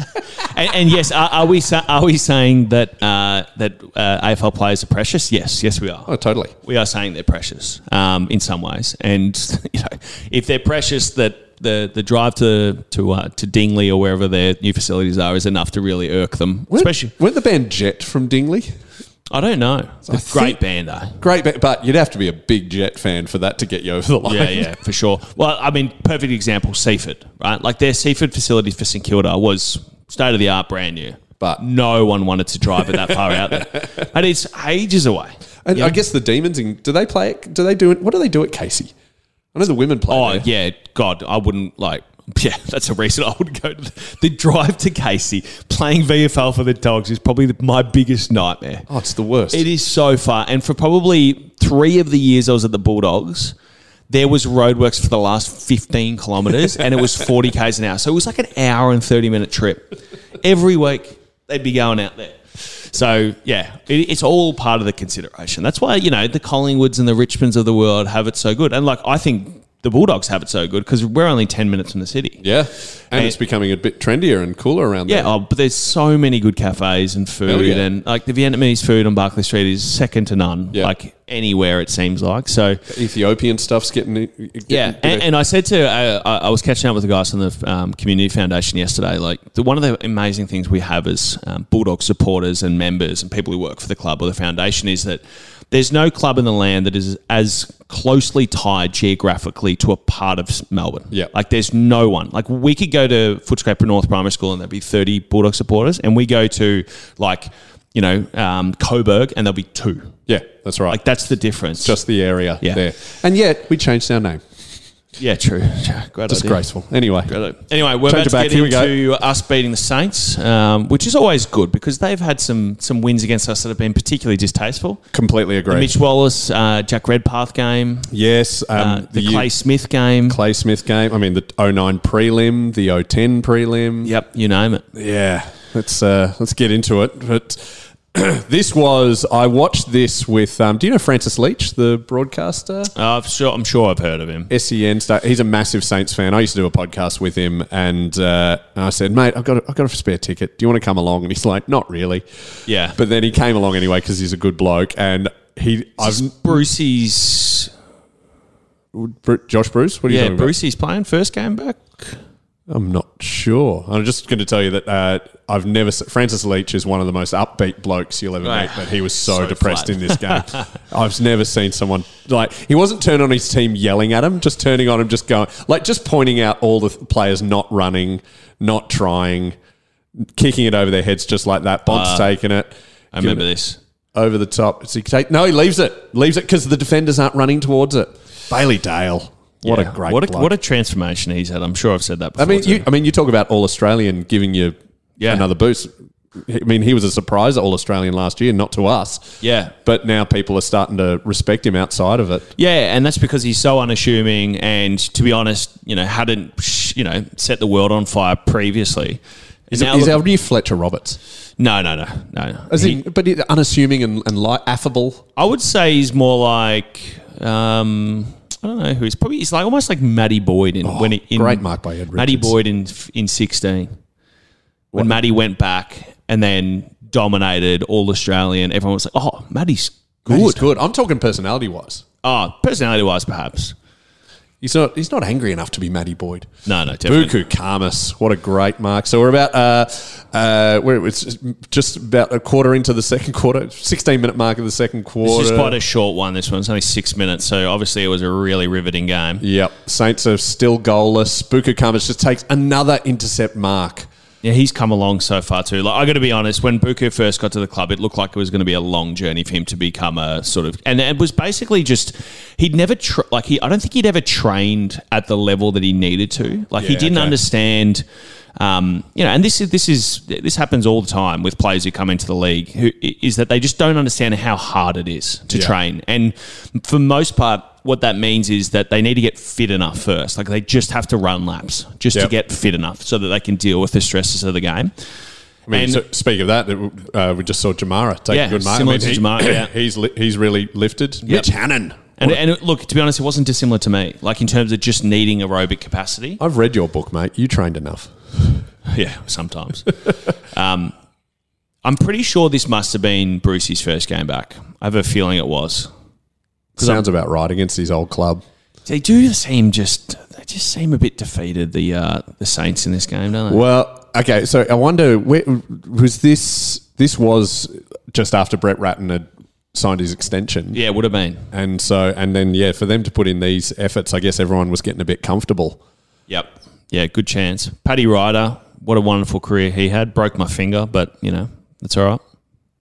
H: (laughs) and and yes, are, are we sa- are we saying that uh, that uh, AFL players are precious? Yes, yes, we are.
G: Oh, totally.
H: we are saying they're precious um, in some ways, and (laughs) you know if they're precious, that the the drive to to uh, to Dingley or wherever their new facilities are is enough to really irk them.
G: Weren't-
H: Especially,
G: weren't the band Jet from Dingley?
H: I don't know,
G: I
H: The great
G: think-
H: band eh? though.
G: Great, ba- but you'd have to be a big Jet fan for that to get you over the line. (laughs)
H: Yeah, yeah, for sure. Well, I mean, perfect example, Seaford, right? Like their Seaford facility for St Kilda was state of the art, brand new,
G: But-
H: no one wanted to drive it that far
G: (laughs)
H: out there, and it's ages away.
G: And
H: Yeah.
G: I guess the Demons. In, do they play it? Do they do it? What do they do at Casey? I know the women play.
H: Oh
G: there.
H: yeah, God, I wouldn't like. (laughs) Yeah, that's a reason I would go. To the, the drive to Casey playing VFL for the Dogs is probably the, my biggest nightmare.
G: Oh, it's the worst.
H: It is so far, and for probably three of the years I was at the Bulldogs, there was roadworks for the last fifteen kilometres, and it was forty k's an hour. So it was like an hour and thirty minute trip every week. They'd be going out there. So yeah, it, it's all part of the consideration. That's why you know the Collingwoods and the Richmonds of the world have it so good, and like I think the Bulldogs have it so good because we're only ten minutes from the city.
G: Yeah, and, it's becoming a bit trendier and cooler around
H: Yeah,
G: there.
H: oh, but there's so many good cafes and
G: Hell
H: food,
G: yeah.
H: and like the Vietnamese food on Barclay Street is second to none.
G: Yeah.
H: Like anywhere, it seems like. So
G: Ethiopian stuff's getting. getting
H: yeah, and, and I said to uh, I, I was catching up with the guys from the um, community foundation yesterday. Like the, one of the amazing things we have as um, Bulldog supporters and members and people who work for the club or the foundation is that there's no club in the land that is as closely tied geographically to a part of s- Melbourne.
G: Yeah.
H: like there's no one. Like we could go to Footscraper North Primary School and there'd be 30 Bulldog supporters, and we go to like you know um, Coburg and there'll be two.
G: yeah, that's right.
H: Like that's the difference.
G: just the area
H: Yeah.
G: there, and yet we changed our name.
H: yeah, true. (laughs) Great idea.
G: Disgraceful. Anyway,
H: Anyway, we're
G: Change it back.
H: about to get
G: Here we go.
H: into us beating the Saints, um, which is always good because they've had some some wins against us that have been particularly distasteful.
G: completely agree.
H: Mitch Wallace, uh, Jack Redpath game,
G: yes, um,
H: uh, the,
G: year-
H: Clay Smith game.
G: Clay Smith game. I mean, the 09 prelim, the 010 prelim.
H: Yep, you name it.
G: Yeah, let's uh, let's get into it. But (clears throat) this was I watched this with. Um, do you know Francis Leach, the broadcaster?
H: Uh, I'm sure I'm sure I've heard of him.
G: SEN star. He's a massive Saints fan. I used to do a podcast with him, and, uh, and I said, "Mate, I've got a, I've got a spare ticket. Do you want to come along?" And he's like, "Not really."
H: Yeah.
G: But then he came along
H: Uh,
G: anyway because he's a good bloke, and he I've
H: Brucey's
G: Bru- Josh Bruce? What are you
H: Yeah,
G: talking about?
H: Brucey's playing first game back.
G: I'm not sure. I'm just going to tell you that uh, I've never. se- Francis Leach is one of the most upbeat blokes you'll ever meet, but he was so, depressed in this
H: (laughs)
G: game. I've never seen someone like he wasn't turning on his team yelling at him, just turning on him, just going like just pointing out all the th- players not running, not trying, kicking it over their heads just like that. Bont's taking it.
H: Uh, I remember this.
G: over the top. Does he take? No, he leaves it. Leaves it because the defenders aren't running towards it. Bailey Dale. What
H: Yeah.
G: a great
H: what a,
G: bloke.
H: what a transformation he's had. I'm sure I've said that
G: I
H: before.
G: mean,
H: too.
G: you, I mean, you talk about all Australian giving you
H: Yeah.
G: another boost. I mean, he was a surprise all Australian last year, not to us.
H: Yeah.
G: but now people are starting to respect him outside of it.
H: Yeah, and that's because he's so unassuming, and to be honest, you know, hadn't sh- you know set the world on fire previously.
G: He's,
H: Now
G: he's
H: look-
G: our new Fletcher Roberts,
H: no, no, no, no, no.
G: As
H: He-
G: in, but he- unassuming and, and light, affable.
H: I would say he's more like um, I don't know who he's probably. He's like almost like Matty Boyd in when he in,
G: Oh, great mark by Ed
H: Matty
G: Richards.
H: Boyd in in sixteen when Matty went back and then dominated all Australian. Everyone was like, "Oh, Matty's good."
G: Good, good. I'm talking personality wise.
H: Oh, personality wise, perhaps.
G: He's not. He's not angry enough to be Matty Boyd.
H: No, no, definitely.
G: Buku Kamas, what a great mark! So we're about uh, uh, we're it's just about a quarter into the second quarter, sixteen minute mark of the second quarter.
H: This is quite a short one. This one's only six minutes, so obviously it was a really riveting game.
G: Yep. Saints are still goalless. Buku Kamas just takes another intercept mark.
H: Yeah, he's come along so far too. Like I got to be honest, when Buku first got to the club, it looked like it was going to be a long journey for him to become a sort of, and it was basically just he'd never tr like he. I don't think he'd ever trained at the level that he needed to. Like he
G: Yeah,
H: didn't
G: okay.
H: understand. Um, you know, and this is this is this happens all the time with players who come into the league. Who is that they just don't understand how hard it is to
G: Yeah.
H: train, and for most part, what that means is that they need to get fit enough first. Like they just have to run laps just to
G: Yep.
H: get fit enough so that they can deal with the stresses of the game.
G: I mean,
H: And-
G: so, speak of that, that, uh, we just saw Jamara take
H: Yeah,
G: a good mark.
H: similar
G: I mean,
H: to
G: he-
H: Jamara, yeah.
G: (coughs) he's li- he's really lifted. Mitch Hannon.
H: And,
G: What a-
H: and it- look, to be honest, it wasn't dissimilar to me. Like in terms of just needing aerobic capacity.
G: I've read your book, mate. You trained enough. Oh,
H: Yeah, sometimes. (laughs) um, I'm pretty sure this must have been Brucey's first game back. I have a feeling it was.
G: Sounds about right against his old club.
H: They do seem just they just seem a bit defeated. The uh, the Saints in this game, don't they?
G: Well, okay. So I wonder, where, was this? This was just after Brett Ratton had signed his extension,
H: Yeah, it would have been.
G: and so and then yeah, for them to put in these efforts, I guess everyone was getting a bit comfortable.
H: Yep. Yeah, good chance. Paddy Ryder, what a wonderful career he had. Broke my finger, but you know that's all right.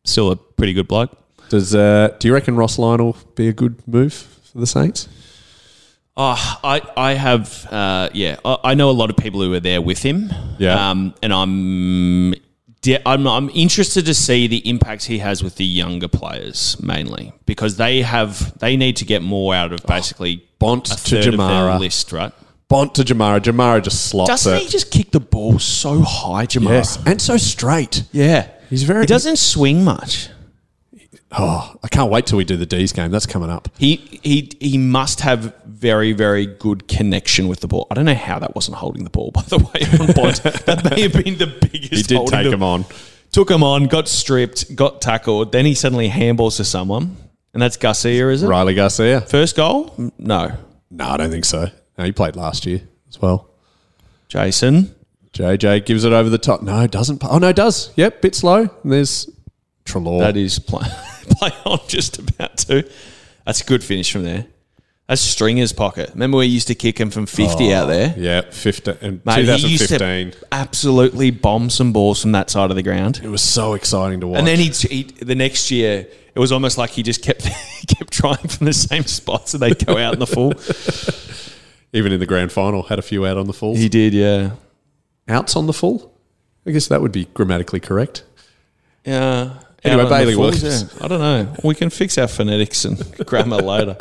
H: Still a pretty good bloke.
G: Does uh, do you reckon Ross Lionel be a good move for the Saints?
H: Oh, I, I have, uh, yeah, I, I know a lot of people who were there with him.
G: Yeah.
H: Um, and I'm, de- I'm, I'm interested to see the impacts he has with the younger players mainly because they have, they need to get more out of basically
G: Bont
H: a
G: to
H: third of their
G: Jamara.
H: list, right?
G: Bont to Jamara. Jamara just slots
H: Doesn't
G: it.
H: he just kick the ball so high, Jamara?
G: yes, and so straight.
H: Yeah.
G: He's very-
H: He doesn't swing much.
G: Oh, I can't wait till we do the D's game. That's coming up.
H: He he he must have very very good connection with the ball. I don't know how that wasn't holding the ball. (laughs) By the way, on Bond, that may have been the biggest.
G: He did
H: holding
G: take
H: the-
G: him on.
H: Took him on, got stripped, got tackled. Then he suddenly handballs to someone, and that's Garcia, is it?
G: Riley Garcia.
H: First goal? No,
G: No, I don't think so. No, he played last year as well.
H: Jason.
G: JJ gives it over the top. No, it doesn't. Oh, no, it does. Yep, bit slow. And there's Trelaw.
H: That is play, (laughs) play on just about to. That's a good finish from there. That's Stringer's pocket. Remember we used to kick him from fifty
G: Oh,
H: out there.
G: Yeah, 15, and
H: Mate, he used
G: 2015.
H: to absolutely bomb some balls from that side of the ground.
G: It was so exciting to watch.
H: And then he, he the next year, it was almost like he just kept (laughs) he kept trying from the same spots, and they'd go out in the full.
G: Even in the grand final, had a few out on the full.
H: (laughs) He did, yeah,
G: Outs on the full? I guess that would be grammatically correct. (laughs)
H: yeah.
G: Anyway,
H: Out on the
G: Bailey
H: fulls,
G: Williams.
H: yeah. I don't know. We can fix our phonetics and (laughs) grammar later.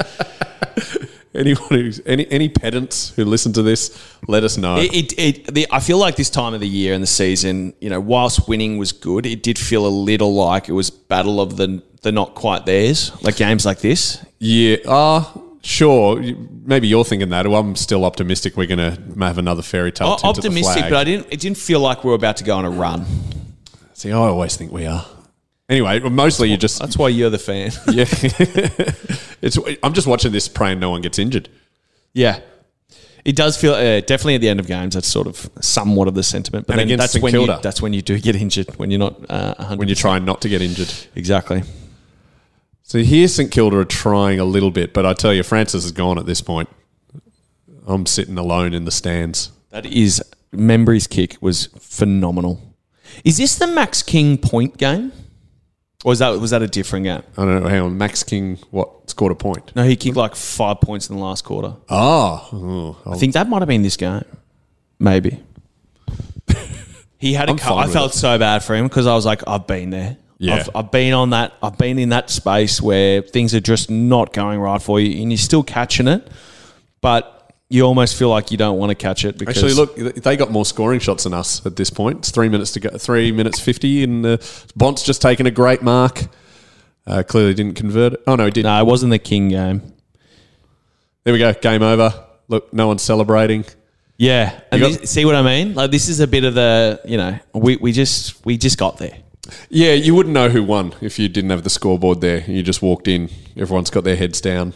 G: Anyone who's any any pedants who listen to this, let us know.
H: It, it, it the, I feel like this time of the year and the season, you know, whilst winning was good, it did feel a little like it was battle of the the not quite theirs, like games like this.
G: yeah, ah, sure. you- Maybe you're thinking that. Well, I'm still optimistic. We're going to have another fairy tale.
H: O- optimistic, but I didn't. It didn't feel like we were about to go on a run.
G: see. I always think we are. Anyway, well, mostly you
H: (laughs)
G: just (laughs)
H: That's why you're the fan.
G: yeah. it's. I'm just watching this praying no one gets injured.
H: Yeah. It does feel uh, definitely at the end of games. That's sort of somewhat of the sentiment, but
G: And
H: then
G: against
H: that's
G: St
H: when you,
G: Kilda.
H: that's when you do get injured when you're not uh, 100.
G: when you're trying not to get injured.
H: exactly.
G: So here St Kilda are trying a little bit, but I tell you, Francis is gone at this point. I'm sitting alone in the stands.
H: That is Membry's kick was phenomenal. Is this the Max King point game, or is that was that a different game?
G: I don't know. Hang on, Max King, what scored a point?
H: No, he kicked like five points in the last quarter.
G: Oh, oh, I'll-
H: I think that might have been this game, maybe. (laughs) he had a
G: I'm
H: couple.
G: fine
H: I
G: with
H: felt so bad for him because I was like, I've been there.
G: Yeah.
H: I've, I've been on that. I've been in that space where things are just not going right for you, and you're still catching it, but you almost feel like you don't want to catch it because
G: actually, look, they got more scoring shots than us at this point. It's three minutes to go, three minutes fifty, and uh, Bont's just taken a great mark. Uh, clearly didn't convert. it. Oh no, he did.
H: No, it wasn't the King game.
G: There we go. Game over. Look, no one's celebrating.
H: Yeah, and
G: You got-
H: this, see what I mean? Like this is a bit of the you know we, we just we just got there.
G: Yeah, you wouldn't know who won if you didn't have the scoreboard there. You just walked in. Everyone's got their heads down.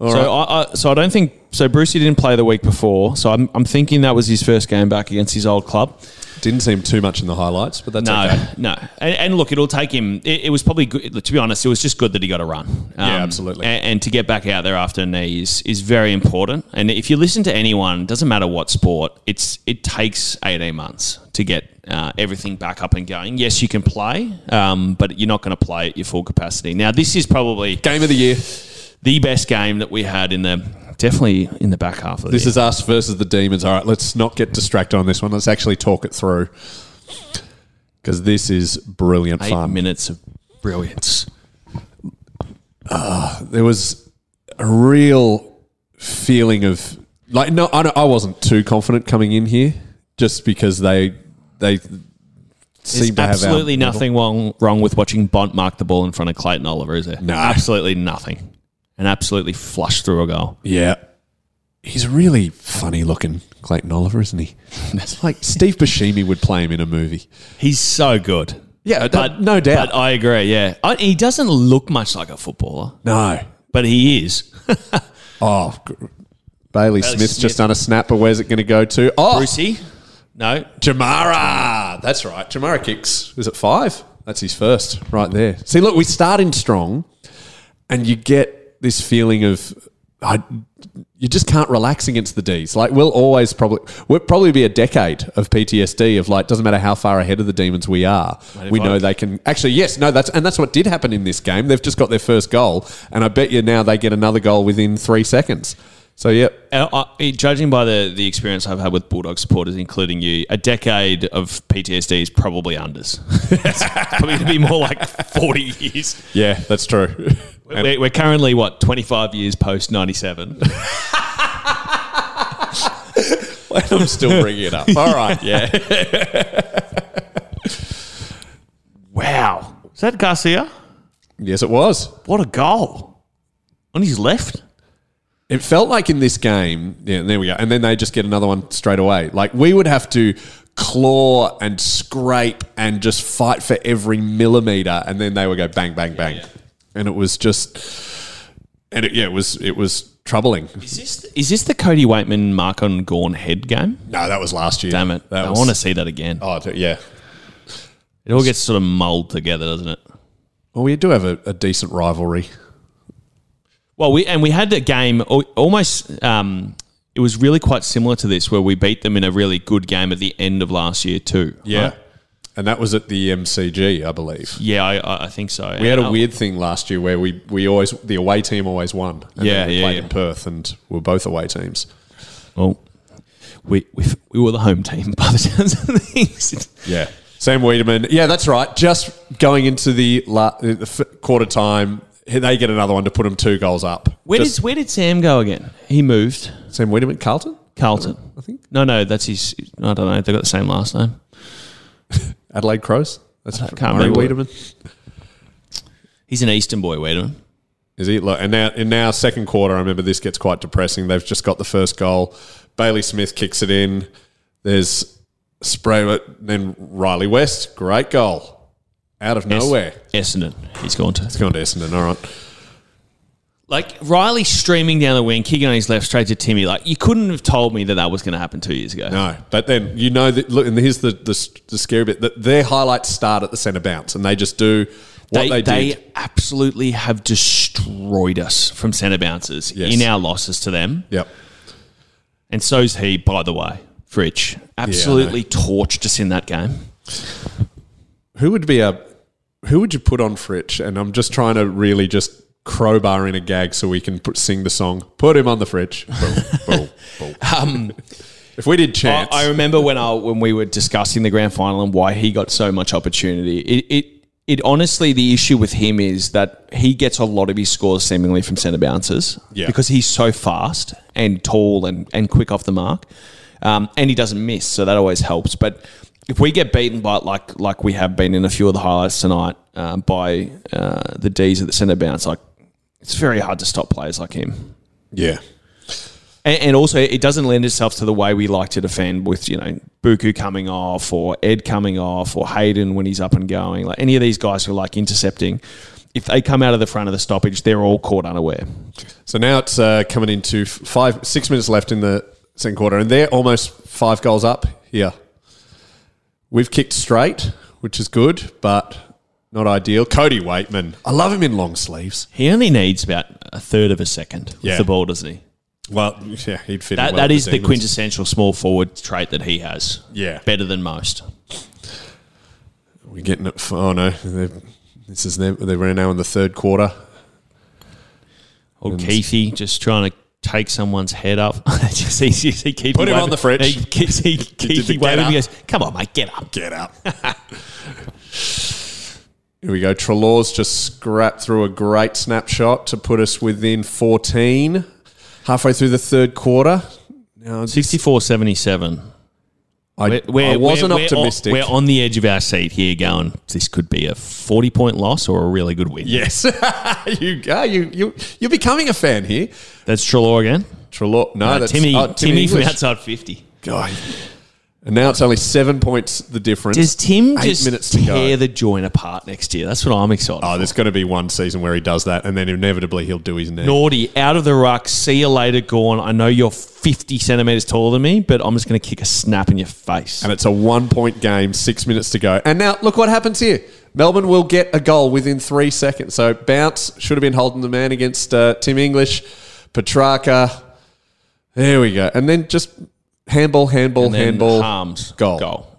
G: All
H: so
G: right.
H: I, I so I don't think so. Brucey didn't play the week before, so I'm, I'm thinking that was his first game back against his old club.
G: Didn't seem too much in the highlights, but that's
H: No,
G: okay.
H: no, and, and look, it'll take him. It, it was probably good to be honest. It was just good that he got a run. Um,
G: Yeah, absolutely.
H: And, and to get back out there after a knee is is very important. And if you listen to anyone, doesn't matter what sport, it's it takes eighteen months to get uh, everything back up and going. Yes, you can play, um, but you're not going to play at your full capacity. Now, this is probably
G: Game of the year.
H: the best game that we had in the definitely in the back half of
G: This is us versus the demons. All right, let's not get distracted on this one. Let's actually talk it through because this is brilliant
H: eight
G: fun.
H: minutes of brilliance.
G: There was a real feeling of like no, I, don't- I wasn't too confident coming in here just because they they
H: There's
G: seem to have
H: absolutely
G: our,
H: nothing wrong wrong with watching Bont mark the ball in front of Clayton Oliver, is there? No, absolutely nothing, and absolutely flush through a goal.
G: Yeah. He's really funny looking, Clayton Oliver, isn't
H: (laughs)
G: he? It's like Steve Buscemi would play him in a movie.
H: He's so good.
G: Yeah, but, no doubt.
H: But I agree. Yeah, I, he doesn't look much like a footballer,
G: no.
H: but he is.
G: Oh, gr- Bailey, Smith's
H: Smith.
G: just done a snapper. Where's it going to go to? Oh,
H: Brucey, no,
G: Jamara. That's right. Jamara kicks. Is it five? That's his first right there. See, look, we start in strong, and you get this feeling of I, you just can't relax against the D's. Like, we'll always probably we'll probably be a decade of PTSD of like doesn't matter how far ahead of the demons we are, we know they can actually yes no that's and that's what did happen in this game. They've just got their first goal, and I bet you now they get another goal within three seconds. So yep,
H: Uh, I, judging by the, the experience I've had with Bulldog supporters, including you, a decade of PTSD is probably unders. it's probably going to be more like 40 years.
G: yeah, that's (laughs) true.
H: We're, we're currently, what, 25 years post 97?
G: I'm still bringing it up. All right, yeah.
H: wow. Is that Garcia?
G: Yes, it was.
H: What a goal. On his left?
G: It felt like in this game, yeah, there we go. And then they just get another one straight away. Like we would have to claw and scrape and just fight for every millimeter. And then they would go bang, bang, bang. And it was just, and it, yeah, it was, it was troubling.
H: Is this, is this the Cody Waitman Mark on Gorn head game?
G: No, that was last year.
H: Damn it.
G: That
H: I
G: was-
H: want to see that again.
G: Oh, d- yeah.
H: It all gets sort of mulled together, doesn't it?
G: Well, we do have a, a decent rivalry.
H: Well, we and we had a game al- almost. Um, it was really quite similar to this, where we beat them in a really good game at the end of last year too. right?
G: And that was at the MCG, I believe.
H: yeah, I- I, I think so. uh,
G: We had a weird thing last year where we, we always the away team always won. And
H: Yeah,
G: then we
H: yeah,
G: played
H: yeah.
G: in Perth and we are both away teams.
H: Well, we, we we were the home team (laughs) by the sounds of things.
G: Yeah. Sam Wiedemann. Yeah, that's right. Just going into the, la- the f- quarter time, they get another one to put them two goals up.
H: Where
G: Just-
H: did where did Sam go again? He moved
G: Sam Wiedemann Carlton?
H: Carlton. I
G: think-
H: no, no, that's his. I don't know. They got the same last name.
G: Adelaide Crows? That's
H: I can't
G: Murray
H: remember.
G: Wiedemann.
H: He's an Eastern boy, Wiedemann.
G: Is he? Look, and now in now second quarter, I remember this gets quite depressing. They've just got the first goal. Bailey Smith kicks it in. There's spray, but then Riley West, great goal, out of nowhere.
H: Essendon. He's gone to.
G: It's going to Essendon, all right.
H: Like Riley streaming down the wing, kicking on his left straight to Timmy. Like you couldn't have told me that that was going to happen two years ago.
G: No, but then you know that. Look, and here's the the, the scary bit: that their highlights start at the centre bounce, and they just do what
H: They,
G: they,
H: they,
G: did.
H: absolutely have destroyed us from centre bounces
G: Yes.
H: in our losses to them.
G: Yep.
H: And so's he, by the way, Fritch. Absolutely torched us in that game.
G: Who would be a who would you put on Fritch? And I'm just trying to really just crowbar in a gag so we can put, sing the song. Put him on the Fritch. Boom, boom, boom.
H: (laughs) Um,
G: If we did
H: I,
G: chance,
H: I remember when I when we were discussing the grand final and why he got so much opportunity. It it, it honestly the issue with him is that he gets a lot of his scores seemingly from centre bounces
G: Yeah.
H: because he's so fast and tall and and quick off the mark, um, and he doesn't miss, so that always helps. But if we get beaten by like like we have been in a few of the highlights tonight uh, by uh, the D's at the centre bounce, like it's very hard to stop players like him.
G: yeah,
H: And, and also, it doesn't lend itself to the way we like to defend with, you know, Buku coming off or Ed coming off or Hayden when he's up and going. Like any of these guys who are like intercepting, if they come out of the front of the stoppage, they're all caught unaware.
G: So now it's uh, coming into f- five, six minutes left in the second quarter, and they're almost five goals up here. We've kicked straight, which is good, but not ideal. Cody Waitman, I love him in long sleeves.
H: He only needs about a third of a second
G: Yeah.
H: with the ball, doesn't he?
G: Well, yeah, he'd fit. in
H: That,
G: well
H: that
G: with
H: is the
G: England.
H: quintessential small forward trait that he has.
G: Yeah.
H: Better than most.
G: We're getting it. For, oh no, They've- this is their, they are now in the third quarter.
H: Or Keithy just trying to take someone's head up. (laughs) just, he, he, he keeps
G: Put him
H: waving-
G: on the fridge.
H: (laughs) He, keeps- he,
G: did the
H: Keithy
G: get
H: waving.
G: up.
H: He goes, come on, mate, get up.
G: Get out. (laughs) Here we go. Trelaw's just scrapped through a great snapshot to put us within 14. Halfway through the third quarter. Now, it's-
H: 64 77.
G: I, I wasn't optimistic.
H: We're on, the edge of our seat here going, this could be a 40 point loss or a really good win.
G: yes. (laughs) you, ah, you, you, you're becoming a fan here.
H: That's Trelaw again.
G: Trelaw. No,
H: Uh,
G: that's
H: Timmy,
G: oh,
H: Timmy, from
G: English.
H: outside 50.
G: God. And now it's only seven points the difference.
H: Does Tim
G: Eight
H: just
G: minutes to
H: tear
G: go.
H: the joint apart next year? That's what I'm excited
G: Oh,
H: for.
G: there's going to be one season where he does that, and then inevitably he'll do his knee.
H: Naughty, out of the ruck. See you later, Gorn. I know you're 50 centimetres taller than me, but I'm just going to kick a snap in your face.
G: And it's a one point game, six minutes to go. And now look what happens here. Melbourne will get a goal within three seconds. So Bounce should have been holding the man against uh, Tim English, Petrarca. There we go. And then just handball, handball,
H: And then
G: handball.
H: harms
G: goal.
H: Goal.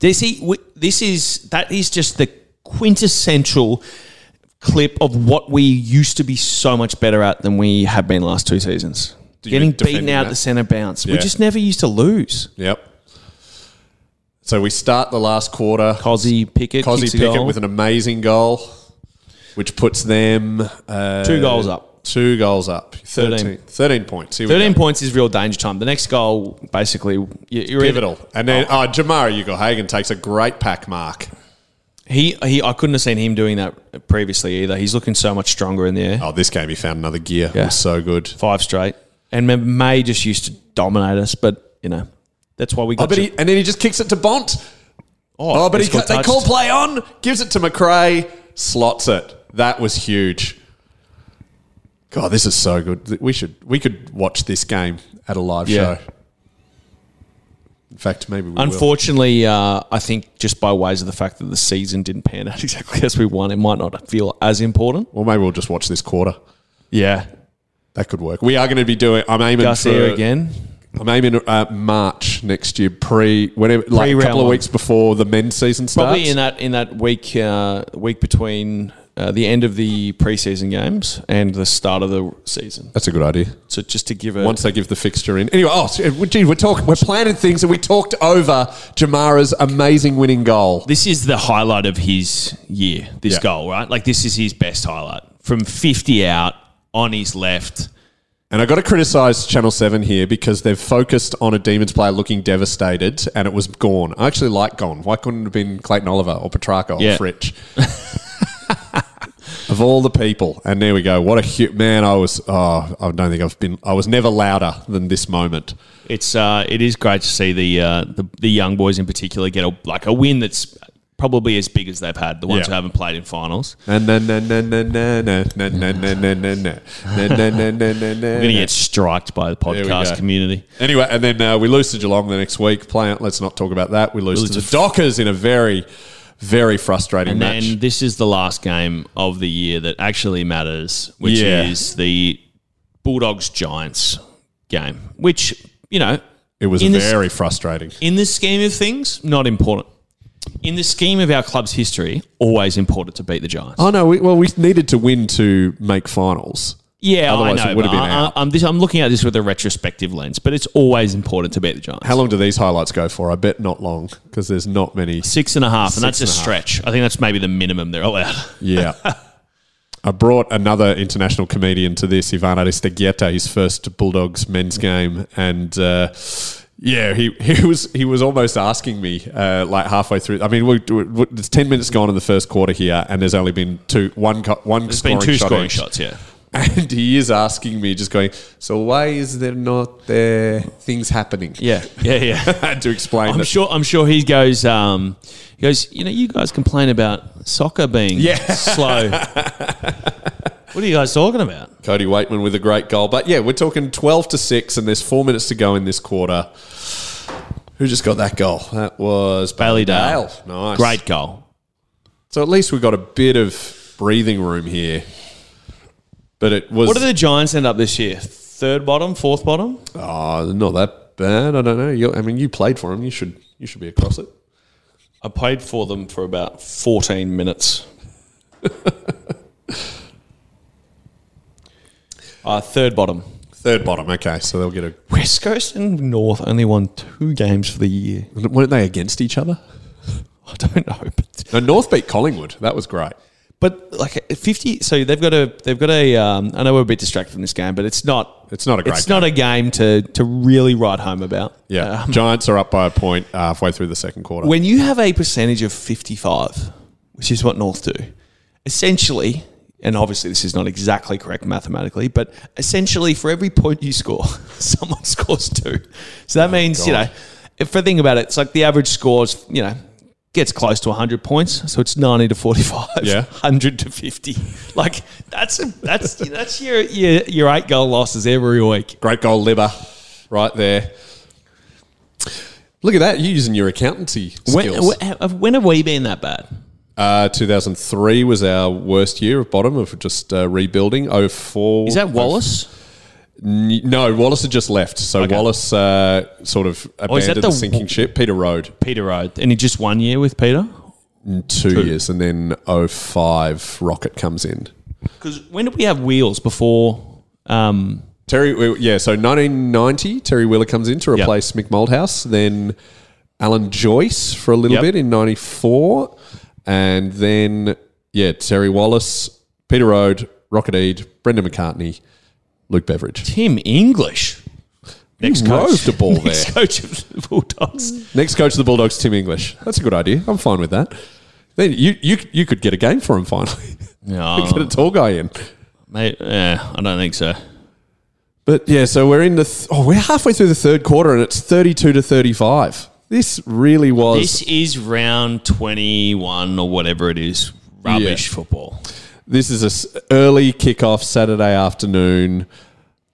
H: This, he, w- this is that is just the quintessential clip of what we used to be so much better at than we have been last two seasons.
G: you
H: Getting
G: mean defending
H: beaten out
G: that?
H: at the centre bounce. We
G: Yeah.
H: just never used to lose.
G: Yep. So we start the last quarter.
H: Cozzy Pickett,
G: Cozzy
H: kicks a
G: Pickett
H: goal.
G: with an amazing goal, which puts them uh,
H: Two goals up.
G: Two goals up. 13, 13.
H: Thirteen.
G: points. Here we
H: Thirteen
G: go.
H: points is real danger time. The next goal, basically, you- you're either-
G: Pivotal. And then oh. Jamara Yugo Hagen takes a great pack mark.
H: he he. I couldn't have seen him doing that previously either. He's looking so much stronger in there.
G: Oh, this game he found another gear. It
H: Yeah.
G: was so good.
H: Five straight, and M- May just used to dominate us. But you know, that's why we
G: Oh,
H: got.
G: but
H: you-
G: he, and then he just kicks it to Bont.
H: oh,
G: Oh, but he,
H: he's
G: ca-
H: got
G: they
H: touched.
G: call play on, gives it to McRae, slots it. That was huge. God, this is so good. We should we could watch this game at a live
H: Yeah.
G: show. In fact, maybe we will.
H: Unfortunately, uh, I think just by ways of the fact that the season didn't pan out (laughs) exactly as we want, it might not feel as important.
G: Or maybe we'll just watch this quarter.
H: Yeah,
G: That could work. We are going to be doing. I'm aiming for
H: Garcia again.
G: I'm aiming uh, March next year, pre whenever, like a
H: Pre-round
G: couple of
H: one.
G: weeks before the men's season starts.
H: Probably in that in that week uh, week between uh, the end of the preseason games and the start of the season.
G: That's a good idea.
H: So just to give a
G: once they give the fixture in. Anyway, oh, so, uh, gee, we're talking, we're planning things, and we talked over Jamara's amazing winning goal.
H: this is the highlight of his year. This
G: Yeah.
H: goal, right? Like this is his best highlight from fifty out on his left.
G: And I got to criticise Channel Seven here because they've focused on a Demons player looking devastated, and it was Gorn. I actually like Gorn. Why couldn't it have been Clayton Oliver or Petrarca or
H: Yeah.
G: Fritch? (laughs) of all the people, and there we go. What a hu- man! I was. Oh, I don't think I've been. I was never louder than this moment.
H: It's uh, it is great to see the uh, the, the young boys in particular get a, like a win that's probably as big as they've had, the ones
G: Yeah.
H: who haven't played in finals.
G: Na na na na na na na na na na na na na na na na na na na.
H: We're going to get striked by the
G: we go.
H: podcast community.
G: Anyway, and then uh, we lose to Geelong the next week. Play out. Let's not talk about that. We lose,
H: lose
G: to the
H: to-
G: Dockers in a very, very frustrating
H: And
G: match.
H: then this is the last game of the year that actually matters, which
G: Yeah.
H: is the Bulldogs Giants game, which, you know,
G: it was
H: in this-
G: very frustrating.
H: in the scheme of things, not important. In the scheme of our club's history, always important to beat the Giants.
G: Oh no! We, well, we needed to win to make finals.
H: yeah, I
G: otherwise
H: know.
G: it would've
H: but
G: been
H: I,
G: out.
H: I, am this, I'm looking at this with a retrospective lens, but it's always important to beat the Giants.
G: How long do these highlights go for? I bet not long because there's not many.
H: Six and a half, and
G: Six
H: that's a,
G: and a half.
H: stretch. I think that's maybe the minimum
G: (laughs)
H: they're allowed.
G: Yeah. I brought another international comedian to this, Ivan Aristeguieta, his first Bulldogs men's game, and uh, yeah, he, (laughs) he was he was almost asking me uh, like halfway through. I mean, we, we, we- it's ten minutes gone in the first quarter here, and there's only been two one co- one
H: There's
G: scoring
H: been two
G: shot
H: scoring
G: each.
H: shots, yeah.
G: (laughs) And he is asking me, just going, so why is there not uh, things happening?
H: Yeah, (laughs) yeah, yeah.
G: I had (laughs) to explain.
H: I'm
G: that-
H: sure. I'm sure he goes. Um, he goes. You know, you guys complain about soccer being
G: Yeah. (laughs)
H: slow. what are you guys talking about?
G: Cody Waitman with a great goal. But yeah, we're talking 12 to 6, and there's four minutes to go in this quarter. Who just got that goal? That was
H: Bailey Dale.
G: Nice.
H: Great goal.
G: So at least we've got a bit of breathing room here. But it was
H: What did the Giants end up this year? Third bottom, fourth bottom.
G: oh, not that bad. I don't know. you I mean, you played for him. You should you should be across it.
H: I played for them for about 14 minutes. (laughs) uh, third bottom.
G: Third bottom. Okay, so they'll get a.
H: West Coast and North only won two games for the year. (laughs)
G: Weren't they against each other?
H: I don't know, but
G: No, North beat Collingwood. That was great.
H: But like fifty, so they've got a they've got a. Um, I know we're a bit distracted from this game, but it's not
G: It's not a great
H: it's not a game to to really write home about.
G: Yeah,
H: Um,
G: Giants are up by a point halfway through the second quarter.
H: when you have a percentage of fifty five, which is what North do, essentially, and obviously this is not exactly correct mathematically, but essentially for every point you score, (laughs) someone scores two. So that means you know,
G: Oh, God.
H: if I think about it, it's like the average scores you know gets close to 100 points so it's 90 to 45 (laughs)
G: Yeah.
H: 100 to 50 like that's a, that's (laughs) that's your, your your eight goal losses every week
G: Great goal, Libba, right there. Look at that! You're using your accountancy
H: when,
G: skills.
H: wh- when have we been that bad
G: uh, 2003 was our worst year of bottom of just uh, rebuilding. 04
H: is that wallace
G: N- No, Wallace had just left, so Wallace uh, sort of
H: Oh, is that
G: abandoned the,
H: the-
G: sinking ship. Peter Road,
H: peter Rode, and he just one year with peter
G: two, years, and then 05 Rocket comes in.
H: because when did we have wheels before um
G: Terry, yeah, so 1990, Terry Wheeler comes in to
H: Yep.
G: replace Mick Moldhouse, then Alan Joyce for a little
H: Yep.
G: bit in 94, and then, yeah, Terry Wallace, Peter Rode, Rocket Ead, Brendan McCartney, Luke Beveridge.
H: tim english next
G: You
H: coach
G: roved a ball
H: (laughs) next
G: there.
H: coach of
G: (laughs)
H: the bulldogs
G: Next coach of the Bulldogs, Tim English. That's a good idea. I'm fine with that. Then you, you, you could get a game for him finally. (laughs)
H: no
G: get a tall guy in.
H: mate, yeah, i don't think so
G: But yeah, so we're in the th- oh we're halfway through the third quarter and it's 32 to 35. This really was
H: This is round 21 or whatever it is. Rubbish
G: Yeah.
H: football.
G: This is a s- early kickoff Saturday afternoon.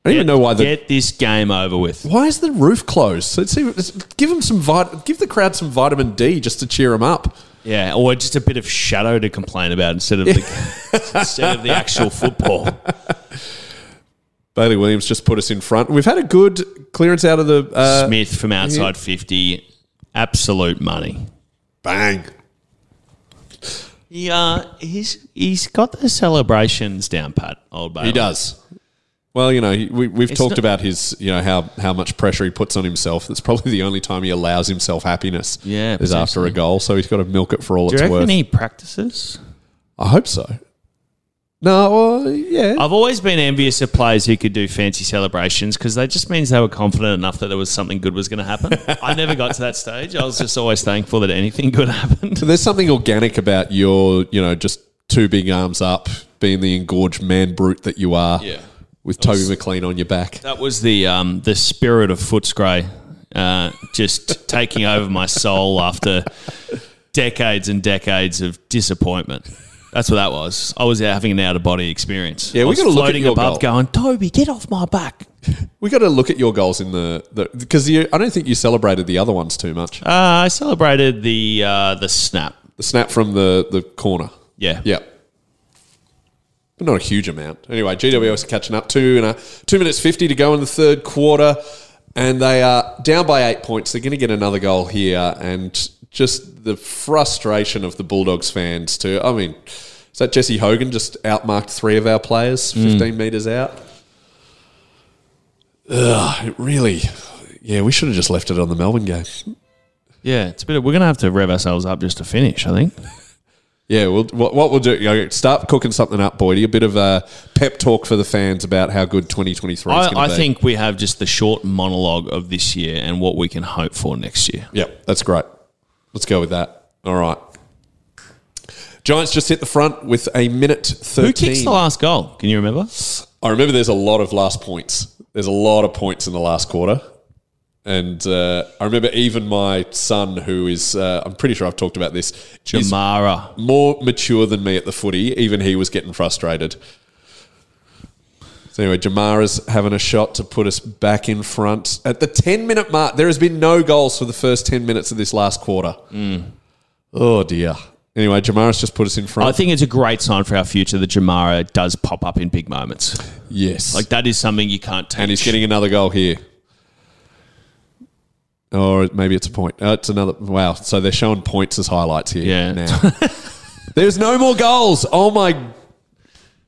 G: I don't even know why the
H: Get this game over with.
G: why is the roof closed. Let's see. let's give them some vit- give the crowd some vitamin D just to cheer them up.
H: Yeah, or just a bit of shadow to complain about instead of
G: (laughs)
H: the, instead of the actual football.
G: Bailey Williams just put us in front. We've had a good clearance out of the uh,
H: Smith from outside 50, absolute money.
G: bang.
H: He, uh, he's he's got the celebrations down pat, old Bailey.
G: He does. Well, you know, he- we, we've
H: It's
G: talked
H: not-
G: about his, you know, how, how much pressure he puts on himself. That's probably the only time he allows himself happiness.
H: Yeah,
G: is after
H: potentially.
G: a goal, so he's got to milk it for all
H: Do you
G: it's
H: reckon
G: worth.
H: he practices?
G: I hope so. No, well, yeah,
H: I've always been envious of players who could do fancy celebrations because that just means they were confident enough that there was something good was going to happen.
G: (laughs)
H: I never got to that stage. I was just always thankful that anything good (laughs) happened.
G: So there's something organic about your, you know, just two big arms up, being the engorged man brute that you are.
H: Yeah.
G: With Toby McLean on your back.
H: That was the um, the spirit of Footscray uh, just taking over my soul after decades and decades of disappointment. That's what that was. I was having an out of body experience.
G: Yeah,
H: I
G: we
H: was
G: gotta look at
H: floating
G: your
H: above, going, Toby, get off my back.
G: We got to look at your goals in the because you I don't think you celebrated the other ones too much.
H: Uh, I celebrated the uh, the snap.
G: The snap from the the corner.
H: Yeah.
G: Yeah. But not a huge amount. Anyway, GWS are catching up. Two and a two minutes fifty to go in the third quarter, and they are down by eight points. They're going to get another goal here, and just the frustration of the Bulldogs fans too. I mean, is that Jesse Hogan just outmarked three of our players, fifteen meters out? Ugh, it really. Yeah, we should have just left it on the Melbourne game.
H: Yeah, it's a bit. Of, we're gonna have to rev ourselves up just to finish. I think.
G: Yeah, we'll, what, what we'll do, you know, start cooking something up, Boydie. A bit of a pep talk for the fans about how good 2023 is going to be.
H: I, I think we have just the short monologue of this year and what we can hope for next year.
G: Yep, that's great. Let's go with that. All right. Giants just hit the front with a minute 13.
H: Who kicks the last goal? Can you remember?
G: I remember there's a lot of last points. There's a lot of points in the last quarter. And uh, I remember even my son, who is, uh, I'm pretty sure I've talked about this, is
H: Jamara.
G: more mature than me at the footy. Even he was getting frustrated. So anyway, Jamara's having a shot to put us back in front at the ten minute mark. There has been no goals for the first ten minutes of this last quarter. Oh dear. Anyway, Jamara's just put us in front.
H: I think it's a great sign for our future that Jamara does pop up in big moments.
G: yes,
H: Like that is something you can't teach.
G: and he's getting another goal here. Or maybe it's a point. Oh, it's another. Wow. So they're showing points as highlights here.
H: Yeah.
G: Now. (laughs) There's no more goals. Oh my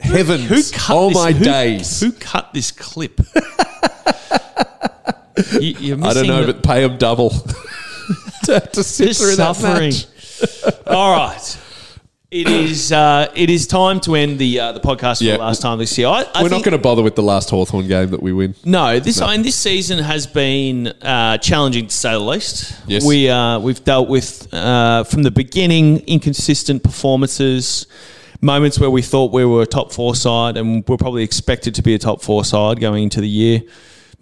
G: heavens.
H: Who cut
G: oh
H: this-
G: my
H: who-
G: days.
H: Who cut this
G: (laughs)
H: clip? you, you're missing
G: I don't know,
H: the-
G: but pay him double (laughs) to, to sit
H: Just
G: through
H: suffering.
G: that match. (laughs)
H: All right. It is uh, it is time to end the uh, the podcast for
G: Yeah.
H: the last time this year. I, I
G: We're
H: think,
G: not going to bother with the last Hawthorn game that we win.
H: No, this I mean, this season has been uh, challenging to say the least.
G: Yes.
H: we uh, we've dealt with uh, from the beginning inconsistent performances, moments where we thought we were a top four side and we're probably expected to be a top four side going into the year.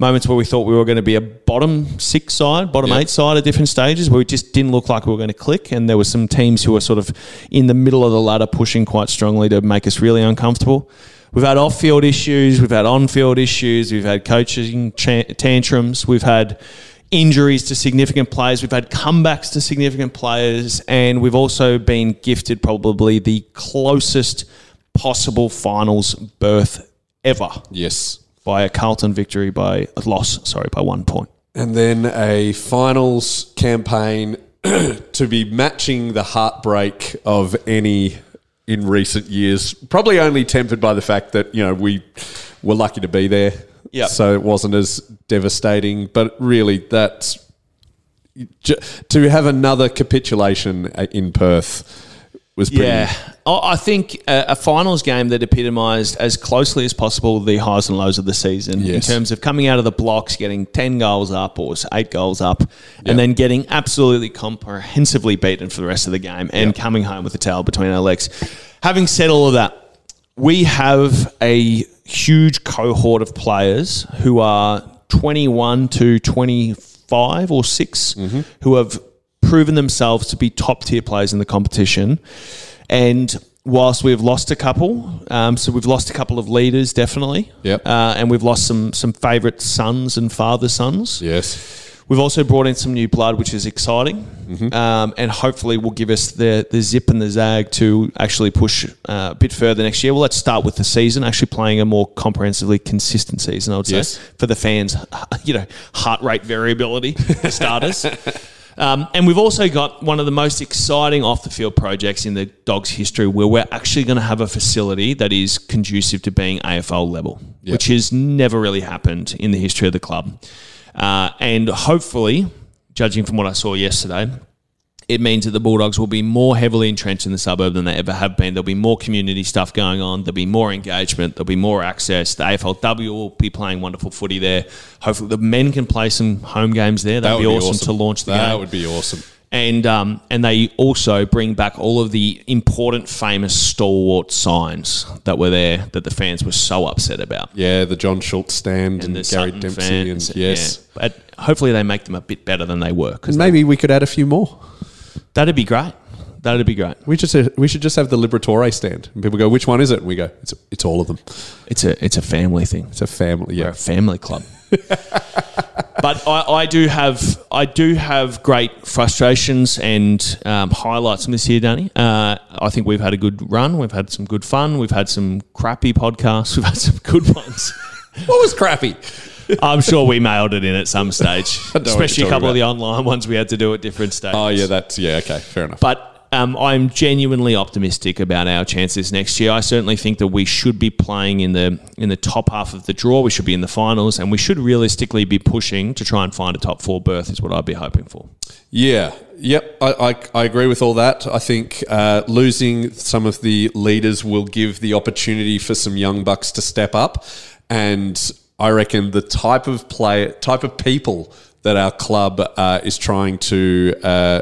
H: Moments where we thought we were going to be a bottom six side, bottom
G: Yeah.
H: eight side at different stages, where it just didn't look like we were going to click, and there were some teams who were sort of in the middle of the ladder pushing quite strongly to make us really uncomfortable. We've had off field issues, we've had on field issues, we've had coaching cha- tantrums, we've had injuries to significant players, we've had comebacks to significant players, and we've also been gifted probably the closest possible finals berth ever
G: Yes.
H: by a Carlton victory, by a loss, sorry, by one point.
G: And then a finals campaign (clears throat) to be matching the heartbreak of any in recent years. Probably only tempered by the fact that, you know, we were lucky to be there.
H: Yeah.
G: So it wasn't as devastating. But really, that's ju- to have another capitulation uh, in Perth was pretty.
H: Yeah, I I think a, a finals game that epitomised as closely as possible the highs and lows of the season
G: Yes.
H: in terms of coming out of the blocks, getting ten goals up or s- eight goals up, and then getting absolutely comprehensively beaten for the rest of the game and coming home with a towel between our legs. Having said all of that, we have a huge cohort of players who are 21 to 25 or 6 who have proven themselves to be top tier players in the competition and whilst we've lost a couple um, so we've lost a couple of leaders definitely
G: Yep.
H: uh, and we've lost some some favorite sons and father sons
G: Yes.
H: We've also brought in some new blood, which is exciting, um, and hopefully will give us the the zip and the zag to actually push uh, a bit further next year. Well, let's start with the season, actually playing a more comprehensively consistent season. I would say
G: Yes.
H: for the fans, (laughs) you know, heart rate variability for starters. Um, and we've also got one of the most exciting off the field projects in the Dogs' history, where we're actually going to have a facility that is conducive to being AFL level, which has never really happened in the history of the club. Uh, and hopefully, judging from what I saw yesterday, it means that the Bulldogs will be more heavily entrenched in the suburb than they ever have been. There'll be more community stuff going on. There'll be more engagement. There'll be more access. The AFLW will be playing wonderful footy there. Hopefully, the men can play some home games there. That'd
G: That would
H: be, awesome, to launch the
G: That
H: game.
G: would be awesome.
H: and um, and they also bring back all of the important, famous stalwart signs that were there that the fans were so upset about.
G: Yeah, the John Schultz stand and,
H: the
G: Gary
H: Sutton
G: Dempsey.
H: fans,
G: and yes.
H: yeah. But hopefully, they make them a bit better than they were. 'cause
G: And maybe we could add a few more.
H: that'd be great. That'd be great.
G: We just we should just have the Liberatore stand, and people go, "Which one is it?" And we go, "It's it's all of them.
H: It's a it's a family thing.
G: It's a family.
H: We're
G: Yeah,
H: a family club. (laughs) but I, I do have I do have great frustrations and um, highlights from this year, Danny. Uh, I think we've had a good run. We've had some good fun. We've had some crappy podcasts. (laughs) We've had some good ones.
G: what was crappy?
H: I'm sure we mailed it in at some stage,
G: (laughs) I know what you're
H: especially a
G: talking
H: couple of
G: about.
H: the online ones we had to do at different stages.
G: Oh yeah, that's yeah. Okay, fair enough.
H: but um, I'm genuinely optimistic about our chances next year. I certainly think that we should be playing in the in the top half of the draw. We should be in the finals, and we should realistically be pushing to try and find a top four berth. Is what I'd be hoping for.
G: Yeah. Yep. I, I, I agree with all that. I think uh, losing some of the leaders will give the opportunity for some young bucks to step up, and I reckon the type of play, type of people that our club uh, is trying to. Uh,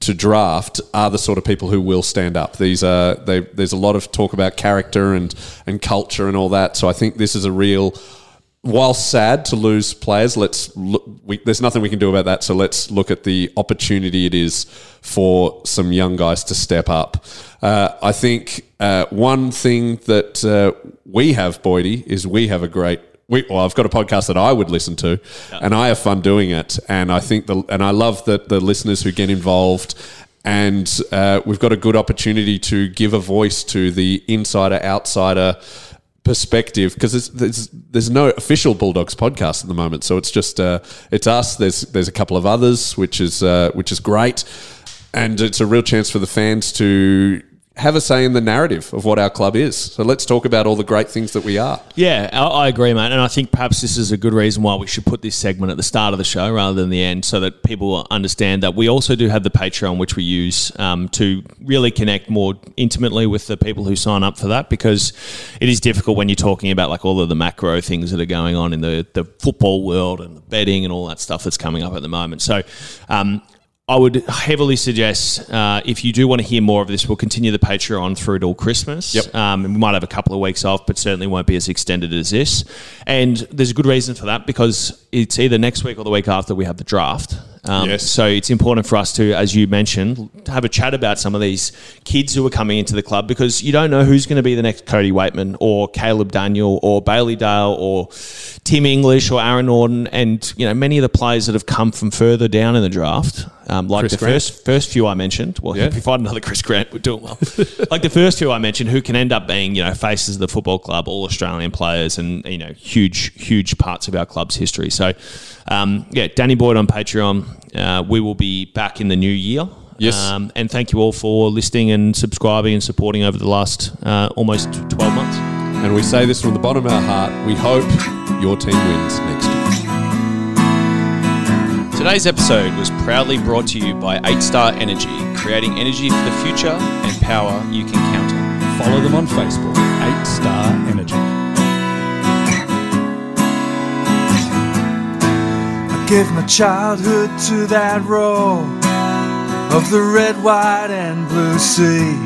G: to draft are the sort of people who will stand up. These are they, there's a lot of talk about character and and culture and all that. So I think this is a real while sad to lose players, let's look, we, there's nothing we can do about that. So let's look at the opportunity it is for some young guys to step up. Uh, I think uh, one thing that uh, we have, Boydie, is we have a great. We, well, I've got a podcast that I would listen to, and I have fun doing it. And I think the and I love that the listeners who get involved and uh, we've got a good opportunity to give a voice to the insider outsider perspective because there's, there's there's no official Bulldogs podcast at the moment, so it's just uh, it's us. There's there's a couple of others, which is uh, which is great, and it's a real chance for the fans to have a say in the narrative of what our club is. So let's talk about all the great things that we are.
H: Yeah, I, I agree, mate. And I think perhaps this is a good reason why we should put this segment at the start of the show rather than the end so that people understand that we also do have the Patreon, which we use um, to really connect more intimately with the people who sign up for that because it is difficult when you're talking about like all of the macro things that are going on in the, the football world and the betting and all that stuff that's coming up at the moment. So, um, I would heavily suggest uh, if you do want to hear more of this, we'll continue the Patreon through till Christmas.
G: Yep.
H: Um, and we might have a couple of weeks off, but certainly won't be as extended as this. And there's a good reason for that because it's either next week or the week after we have the draft. Um,
G: Yes.
H: So it's important for us to, as you mentioned, to have a chat about some of these kids who are coming into the club because you don't know who's going to be the next Cody Waitman or Caleb Daniel or Bailey Dale or Tim English or Aaron Norton and you know many of the players that have come from further down in the draft, um, like
G: Chris
H: the
G: Grant.
H: first first few I mentioned. Well,
G: Yeah.
H: (laughs) if we find another Chris Grant, we're doing well. like the first few I mentioned, who can end up being you know faces of the football club, all Australian players, and you know huge huge parts of our club's history. So, um, yeah, Danny Boyd on Patreon. Uh, we will be back in the new year.
G: Yes.
H: Um, and thank you all for listening and subscribing and supporting over the last uh, almost 12 months.
G: And we say this from the bottom of our heart. We hope your team wins next year.
I: Today's episode was proudly brought to you by 8 Star Energy, creating energy for the future and power you can count on.
J: Follow them on Facebook, 8 Star Energy.
K: I gave my childhood to that row of the red, white, and blue sea.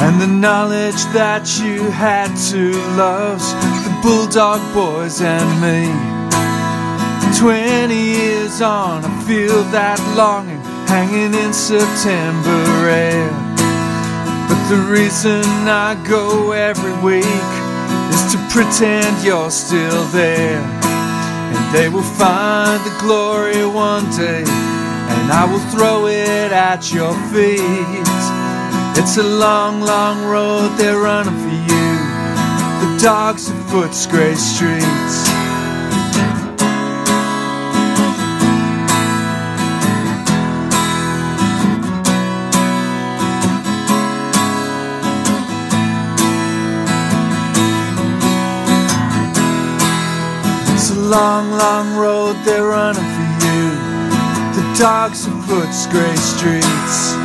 K: And the knowledge that you had to love's the bulldog boys and me. Twenty years on, I feel that longing hanging in September air. But the reason I go every week is to pretend you're still there. And they will find the glory one day, and I will throw it at your feet. It's a long, long road they're running for you. The dogs of Foote's grey streets. It's a long, long road they're running for you. The dogs of Foote's grey streets.